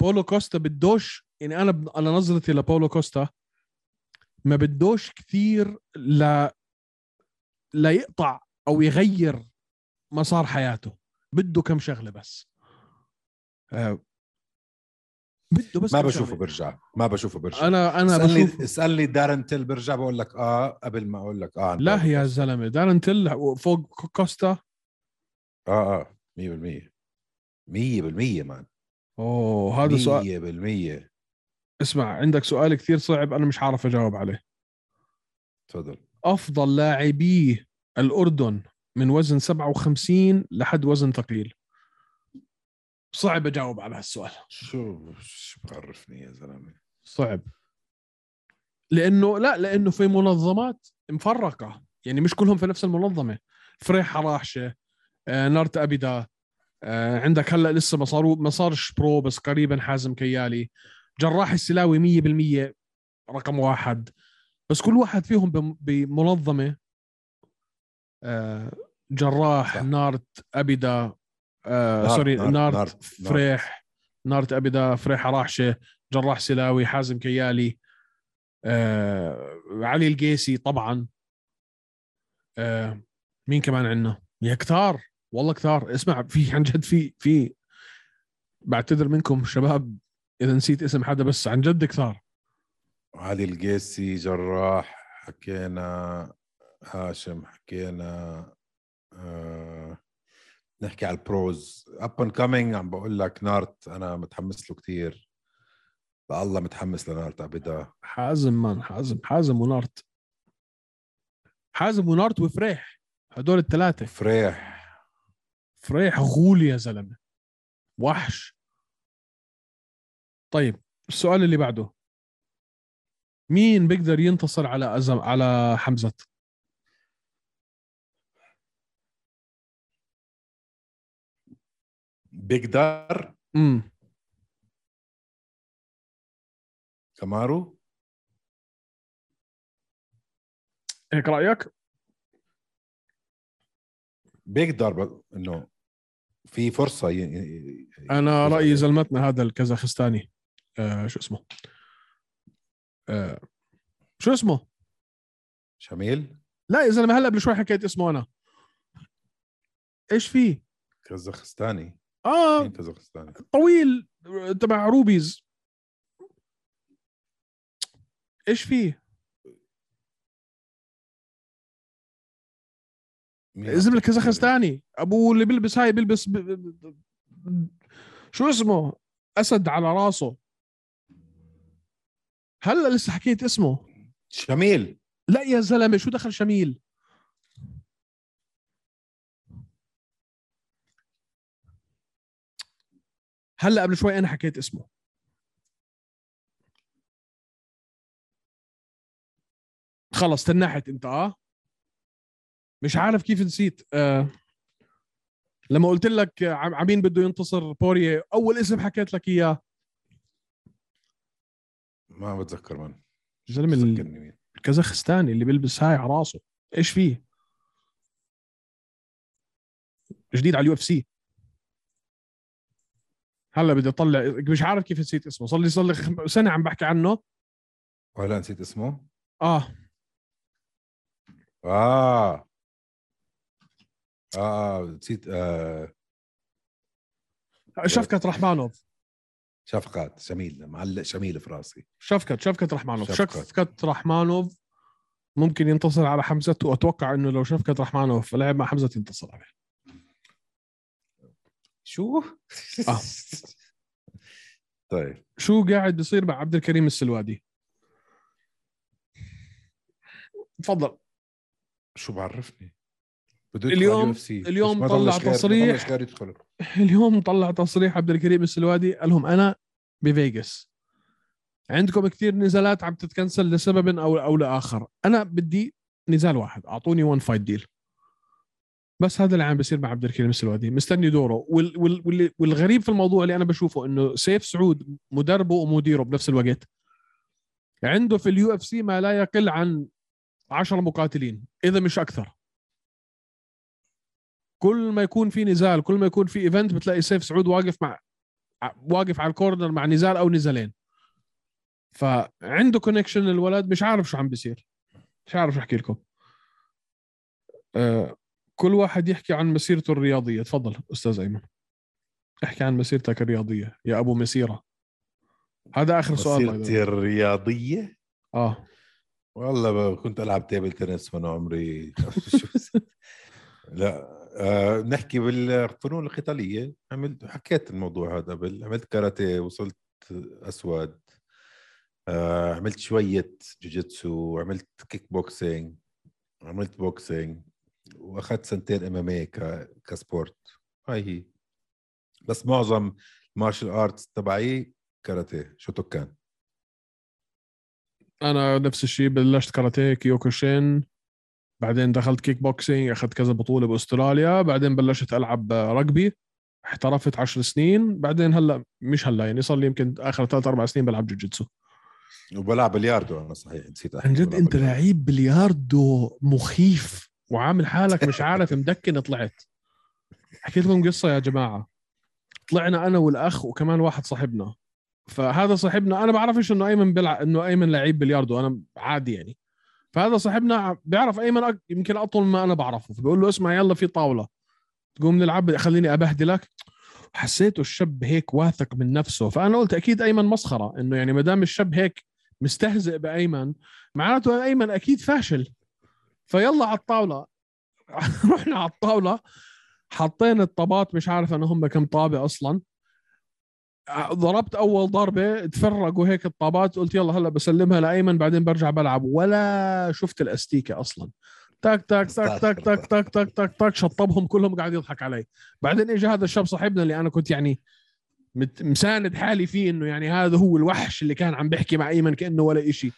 Speaker 2: بولو كوستا بدوش يعني انا ب... انا نظرتي لبولو كوستا ما بدوش كثير ل لا يقطع او يغير مسار حياته بده كم شغله بس آه، بده بس
Speaker 3: ما
Speaker 2: كم
Speaker 3: بشوفه
Speaker 2: شغلة.
Speaker 3: برجع ما بشوفه برجع
Speaker 2: انا انا
Speaker 3: اسالني
Speaker 2: بشوف
Speaker 3: اسالني دارن تيل برجع بقول لك اه قبل ما اقول لك اه
Speaker 2: لا يا زلمه دارن تيل فوق كوستا
Speaker 3: اه اه 100% 100% مان
Speaker 2: اوه
Speaker 3: إيه.
Speaker 2: هذا سؤال
Speaker 3: 100%
Speaker 2: اسمع عندك سؤال كثير صعب انا مش عارف اجاوب عليه
Speaker 3: تفضل
Speaker 2: افضل لاعبي الاردن من وزن 57 لحد وزن ثقيل صعب اجاوب على هالسؤال
Speaker 3: شو شو بعرفني يا زلمه
Speaker 2: صعب لانه لا لانه في منظمات مفرقه يعني مش كلهم في نفس المنظمه فريح حراحشه آه، نارت ابيدا آه، عندك هلا لسه ما صاروا ما صارش برو بس قريبا حازم كيالي جراح السلاوي 100% رقم واحد بس كل واحد فيهم بم- بمنظمه آه، جراح
Speaker 3: صح.
Speaker 2: نارت ابيدا آه،
Speaker 3: نارت-
Speaker 2: سوري
Speaker 3: نارت-
Speaker 2: نارت,
Speaker 3: نارت- نارت.
Speaker 2: فريح نارت ابيدا فريح راحشه جراح سلاوي حازم كيالي آه، علي القيسي طبعا آه، مين كمان عندنا يا كتار والله كتار اسمع في عن جد في في بعتذر منكم شباب اذا نسيت اسم حدا بس عن جد كثار
Speaker 3: علي القيسي جراح حكينا هاشم حكينا آه نحكي على البروز اب اند كامينج عم بقول لك نارت انا متحمس له كثير الله متحمس لنارت ابدا
Speaker 2: حازم مان حازم حازم ونارت حازم ونارت وفريح هدول الثلاثه
Speaker 3: فريح
Speaker 2: فريح غول يا زلمه وحش طيب السؤال اللي بعده مين بيقدر ينتصر على أزم على حمزه
Speaker 3: بيقدر
Speaker 2: امم
Speaker 3: كمارو
Speaker 2: هيك رايك
Speaker 3: بيقدر ب... انه في فرصه ي... ي-
Speaker 2: انا
Speaker 3: يفوز
Speaker 2: رايي
Speaker 3: عليه.
Speaker 2: زلمتنا هذا الكازاخستاني آه شو اسمه آه شو اسمه
Speaker 3: شميل
Speaker 2: لا يا زلمه هلا قبل شوي حكيت اسمه انا ايش فيه
Speaker 3: كازاخستاني
Speaker 2: اه
Speaker 3: مين كازاخستاني
Speaker 2: طويل تبع روبيز ايش فيه
Speaker 3: مين عم
Speaker 2: الزلمه
Speaker 3: تحكي؟
Speaker 2: الكازاخستاني ابوه اللي بيلبس هاي بيلبس ب... ب- ب- شو اسمه اسد على راسه هلا لسه حكيت اسمه
Speaker 3: شميل
Speaker 2: لا يا زلمه شو دخل شميل هلا قبل شوي انا حكيت اسمه خلص تنحت انت اه مش عارف كيف نسيت آه. لما قلت لك عم عمين بده ينتصر بوريه اول اسم حكيت لك اياه
Speaker 3: ما عم بتذكر من
Speaker 2: زلمه ال-
Speaker 3: فكرني مين
Speaker 2: الكازاخستاني اللي بيلبس هاي على راسه ايش فيه جديد على اليو اف سي هلا بدي اطلع مش عارف كيف نسيت اسمه صار لي صار لي خم- سنه عم بحكي عنه
Speaker 3: ولا نسيت اسمه
Speaker 2: اه
Speaker 3: اه اه, آه نسيت آه
Speaker 2: شفكت رحمانوف
Speaker 3: شفقات شميل معلق شميل في راسي
Speaker 2: شفكت شفكت رحمانوف
Speaker 3: شفكت.
Speaker 2: شفكت, رحمانوف ممكن ينتصر على حمزه واتوقع انه لو شفكت رحمانوف لعب مع حمزه ينتصر عليه
Speaker 3: شو؟
Speaker 2: آه.
Speaker 3: طيب
Speaker 2: شو قاعد بيصير مع عبد الكريم السلوادي تفضل
Speaker 3: شو بعرفني؟ بده
Speaker 2: اليوم-
Speaker 3: UFC. بس
Speaker 2: اليوم
Speaker 3: ما
Speaker 2: طلع
Speaker 3: ضلش غير- ما
Speaker 2: تصريح.
Speaker 3: ضلش غير يدخله
Speaker 2: اليوم طلع تصريح عبد الكريم السلوادي قال لهم انا بفيغاس عندكم كثير نزالات عم تتكنسل لسبب او او لاخر انا بدي نزال واحد اعطوني وان فايت ديل بس هذا اللي عم بيصير مع عبد الكريم السلوادي مستني دوره وال وال وال والغريب في الموضوع اللي انا بشوفه انه سيف سعود مدربه ومديره بنفس الوقت عنده في اليو اف سي ما لا يقل عن 10 مقاتلين اذا مش اكثر كل ما يكون في نزال كل ما يكون في ايفنت بتلاقي سيف سعود واقف مع ع- واقف على الكورنر مع نزال او نزالين فعنده كونكشن الولد مش عارف شو عم بيصير مش عارف شو احكي لكم أه كل واحد يحكي عن مسيرته الرياضيه تفضل استاذ ايمن احكي عن مسيرتك الرياضيه يا ابو مسيره هذا اخر سؤال by the way.
Speaker 3: مسيرتي الرياضيه
Speaker 2: اه
Speaker 3: والله ب- كنت العب تيبل تنس وانا عمري شو- لا آه نحكي بالفنون القتاليه عملت حكيت الموضوع هذا قبل عملت كاراتيه وصلت اسود آه عملت شويه جوجيتسو عملت كيك بوكسينج عملت بوكسينج واخذت سنتين ام ام اي كسبورت هاي هي بس معظم المارشال ارتس تبعي كاراتيه شوتوكان
Speaker 2: انا نفس الشيء بلشت كاراتيه كيوكوشين بعدين دخلت كيك بوكسينج اخذت كذا بطوله باستراليا بعدين بلشت العب رugby احترفت عشر سنين بعدين هلا مش هلا يعني صار لي يمكن اخر ثلاث اربع سنين بلعب جوجيتسو
Speaker 3: وبلعب بلياردو انا صحيح نسيت احكي
Speaker 2: عن جد
Speaker 3: بلعب
Speaker 2: انت
Speaker 3: بلياردو.
Speaker 2: لعيب بلياردو مخيف وعامل حالك مش عارف مدكن طلعت حكيت لكم قصه يا جماعه طلعنا انا والاخ وكمان واحد صاحبنا فهذا صاحبنا انا بعرفش انه ايمن بلع... انه ايمن لعيب بلياردو انا عادي يعني فهذا صاحبنا ع- بيعرف ايمن أك... يمكن اطول ما انا بعرفه فبقول له اسمع يلا في طاوله تقوم نلعب خليني ابهدلك حسيته الشاب هيك واثق من نفسه فانا قلت اكيد ايمن مسخره انه يعني ما دام الشاب هيك مستهزئ بايمن معناته ايمن اكيد فاشل فيلا على الطاوله رحنا على الطاوله حطينا الطابات مش عارف انا هم كم طابه اصلا ع- ضربت اول ضربه تفرقوا هيك الطابات قلت يلا هلا بسلمها لايمن بعدين برجع بلعب ولا شفت الاستيكه اصلا تاك تاك تاك تاك تاك تاك تاك تاك تاك شطبهم كلهم قاعد يضحك علي بعدين اجى هذا الشاب صاحبنا اللي انا كنت يعني مت- مساند حالي فيه انه يعني هذا هو الوحش اللي كان عم بيحكي مع ايمن كانه ولا إشي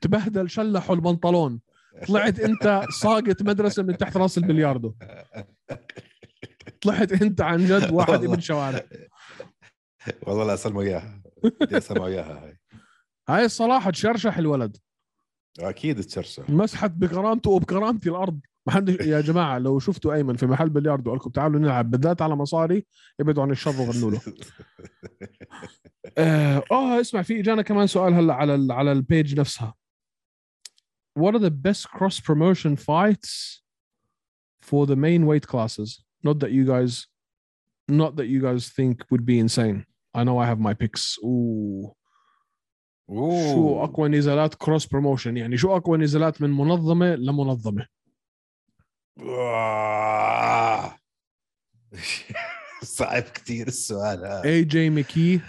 Speaker 2: تبهدل شلحوا البنطلون طلعت انت ساقط مدرسه من تحت راس البلياردو طلعت انت عن جد واحد
Speaker 3: والله.
Speaker 2: ابن شوارع
Speaker 3: والله لا اسلمه اياها بدي اسلمه اياها هاي
Speaker 2: هاي الصراحه تشرشح الولد
Speaker 3: اكيد تشرشح
Speaker 2: مسحت بكرامته وبكرامتي الارض ما حدش يا جماعه لو شفتوا ايمن في محل بلياردو قال لكم تعالوا نلعب بالذات على مصاري ابعدوا عن الشر وغنوا له آه, اه اسمع في اجانا كمان سؤال هلا على ال على البيج نفسها What are the best cross promotion fights for the main weight classes? Not that you guys not that you guys think would be insane. I know I have my picks. Ooh.
Speaker 3: أوه.
Speaker 2: شو اقوى نزالات كروس بروموشن يعني شو اقوى نزالات من منظمه لمنظمه
Speaker 3: آه. صعب كثير السؤال هذا
Speaker 2: اي جي مكي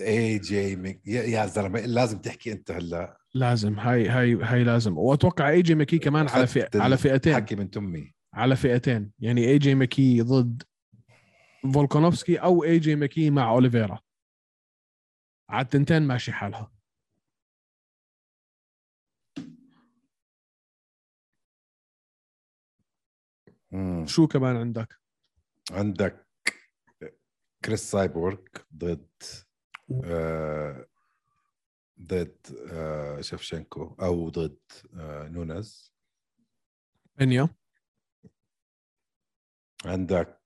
Speaker 3: اي جي مك... يا, يا زلمه لازم تحكي انت هلا
Speaker 2: لازم هاي هاي هاي لازم واتوقع اي جي مكي كمان على فئة
Speaker 3: أخذت
Speaker 2: على فئتين
Speaker 3: حكي من تمي
Speaker 2: على فئتين يعني اي جي مكي ضد فولكانوفسكي او اي جي مكي مع اوليفيرا على التنتين ماشي حالها
Speaker 3: مم.
Speaker 2: شو كمان عندك
Speaker 3: عندك كريس سايبورغ ضد آه ضد آه شفشنكو او ضد آه نونز
Speaker 2: انيا
Speaker 3: عندك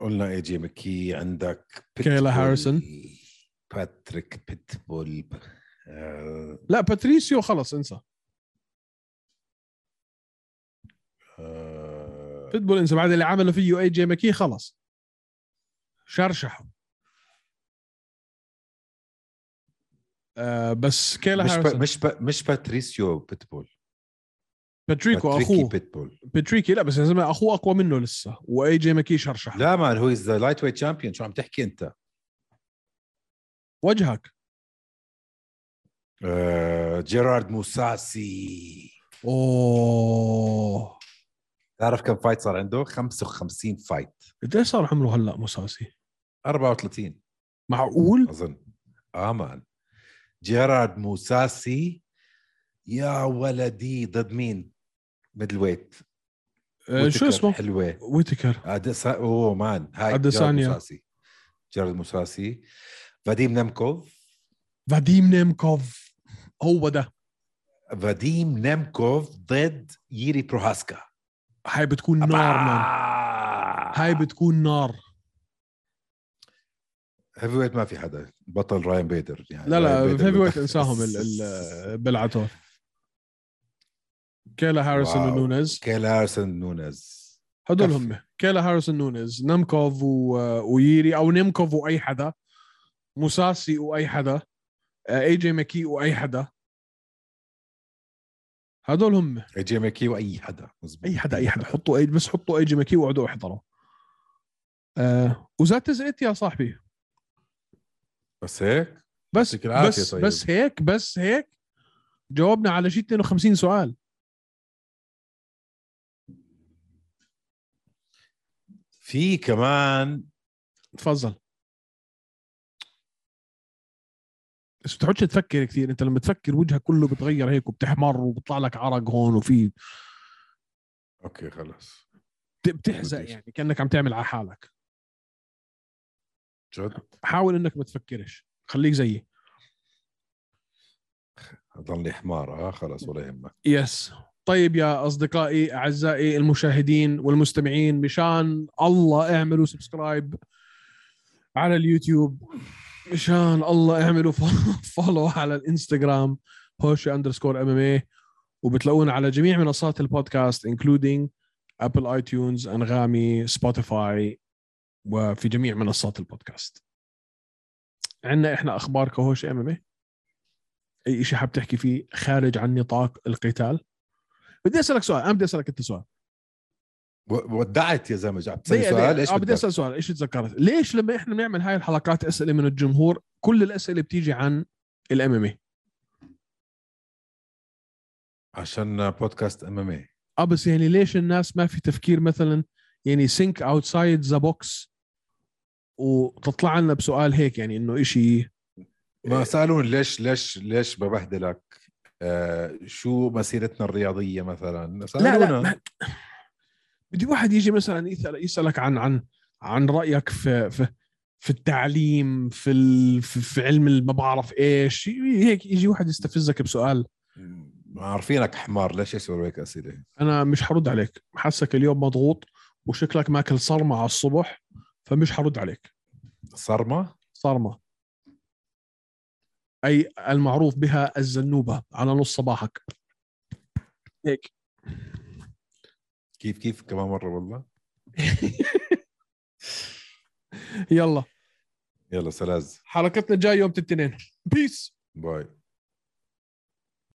Speaker 3: قلنا اي جي مكي عندك
Speaker 2: كايلا
Speaker 3: بيتبول،
Speaker 2: هاريسون.
Speaker 3: باتريك بيتبول آه،
Speaker 2: لا باتريسيو خلص انسى
Speaker 3: آه،
Speaker 2: بيتبول انسى بعد اللي عمله فيه اي جي مكي خلص شرشحه آه بس كيلا
Speaker 3: مش با
Speaker 2: هاريسون
Speaker 3: مش با مش باتريسيو بيتبول
Speaker 2: باتريكو
Speaker 3: باتريكي
Speaker 2: اخوه
Speaker 3: بيتبول
Speaker 2: باتريكي لا بس يا زلمه اخوه اقوى منه لسه واي جي مكي شرشحه
Speaker 3: لا مان هو از ذا لايت ويت شامبيون شو عم تحكي انت
Speaker 2: وجهك
Speaker 3: آه، جيرارد موساسي
Speaker 2: اوه
Speaker 3: تعرف كم فايت صار عنده 55 فايت
Speaker 2: قديش صار عمره هلا موساسي
Speaker 3: 34
Speaker 2: معقول
Speaker 3: اظن اه مان جيرارد موساسي يا ولدي ضد مين؟ ميدل ويت
Speaker 2: آه شو
Speaker 3: ويتكر
Speaker 2: اسمه
Speaker 3: حلوه
Speaker 2: ويتكر
Speaker 3: أدسا... اوه مان هاي جيرارد
Speaker 2: أديسانيا.
Speaker 3: موساسي جيرارد موساسي فاديم نمكوف
Speaker 2: فاديم نيمكوف هو ده
Speaker 3: فاديم نمكوف ضد ييري بروهاسكا آه.
Speaker 2: هاي بتكون نار مان هاي بتكون نار
Speaker 3: هيفي ويت ما في حدا بطل راين بيدر يعني
Speaker 2: لا
Speaker 3: راين
Speaker 2: لا
Speaker 3: بيدر
Speaker 2: هيفي ويت
Speaker 3: بال-
Speaker 2: انساهم ال- ال- بالعتور كيلا هاريسون
Speaker 3: واو.
Speaker 2: ونونز
Speaker 3: كيل هارسون نونز
Speaker 2: هدول
Speaker 3: كفي.
Speaker 2: هم كيلا هاريسون نونز نمكوف و... وييري او نيمكوف واي حدا موساسي واي حدا اي جي ماكي واي حدا هدول هم
Speaker 3: جي ماكي واي حدا مزبوط
Speaker 2: اي حدا اي حدا حطوا اي بس حطوا اي جي ماكي واقعدوا احضروا آه وذات از ات يا صاحبي
Speaker 3: بس هيك
Speaker 2: بس
Speaker 3: يعطيك العافية
Speaker 2: بس
Speaker 3: طيب.
Speaker 2: بس هيك بس هيك جاوبنا على شيء 52 سؤال
Speaker 3: في كمان
Speaker 2: تفضل بس بتقعدش تفكر كثير انت لما تفكر وجهك كله بتغير هيك وبتحمر وبطلع لك عرق هون وفي
Speaker 3: اوكي خلص
Speaker 2: بت- بتحزق
Speaker 3: بديش.
Speaker 2: يعني كانك عم تعمل على حالك
Speaker 3: جد
Speaker 2: حاول انك ما تفكرش خليك زيي
Speaker 3: ضلني حمار اه خلص ولا يهمك
Speaker 2: يس طيب يا اصدقائي اعزائي المشاهدين والمستمعين مشان الله اعملوا سبسكرايب على اليوتيوب مشان الله اعملوا فولو على الانستغرام هوشي اندرسكور ام ام اي إيه، وبتلاقونا على جميع منصات البودكاست انكلودينج ابل اي تيونز انغامي سبوتيفاي وفي جميع منصات البودكاست عندنا احنا اخبار كهوشي إيه؟ ام ام اي اي شيء حاب تحكي فيه خارج عن نطاق القتال بدي اسالك سؤال انا بدي اسالك انت سؤال
Speaker 3: و- ودعت يا زلمه عم تسالني
Speaker 2: دقيقة،
Speaker 3: سؤال
Speaker 2: دقيقة.
Speaker 3: ايش
Speaker 2: آه، بدي
Speaker 3: بدك؟
Speaker 2: اسال سؤال ايش تذكرت ليش لما احنا بنعمل هاي الحلقات اسئله من الجمهور كل الاسئله بتيجي عن الامامي
Speaker 3: عشان بودكاست إيه. ام ام اي
Speaker 2: اه بس يعني ليش الناس ما في تفكير مثلا يعني سينك اوتسايد ذا بوكس وتطلع لنا بسؤال هيك يعني انه إشي إيه.
Speaker 3: ما سالوني ليش ليش ليش ببهدلك آه شو مسيرتنا الرياضيه مثلا
Speaker 2: لا لا
Speaker 3: سالونا
Speaker 2: ما... بدي واحد يجي مثلا يسأل يسالك عن عن عن رايك في في في التعليم في ال... في- في علم ال- ما بعرف ايش هيك يجي واحد يستفزك بسؤال
Speaker 3: ما عارفينك حمار ليش يسألوا هيك اسئله
Speaker 2: انا مش حرد عليك حاسك اليوم مضغوط وشكلك ماكل صرمه على الصبح فمش حرد عليك
Speaker 3: صرمه
Speaker 2: صرمه اي المعروف بها الزنوبه على نص صباحك هيك
Speaker 3: كيف كيف كمان مره والله
Speaker 2: يلا
Speaker 3: يلا سلاز
Speaker 2: حلقتنا الجايه يوم الاثنين بيس
Speaker 3: باي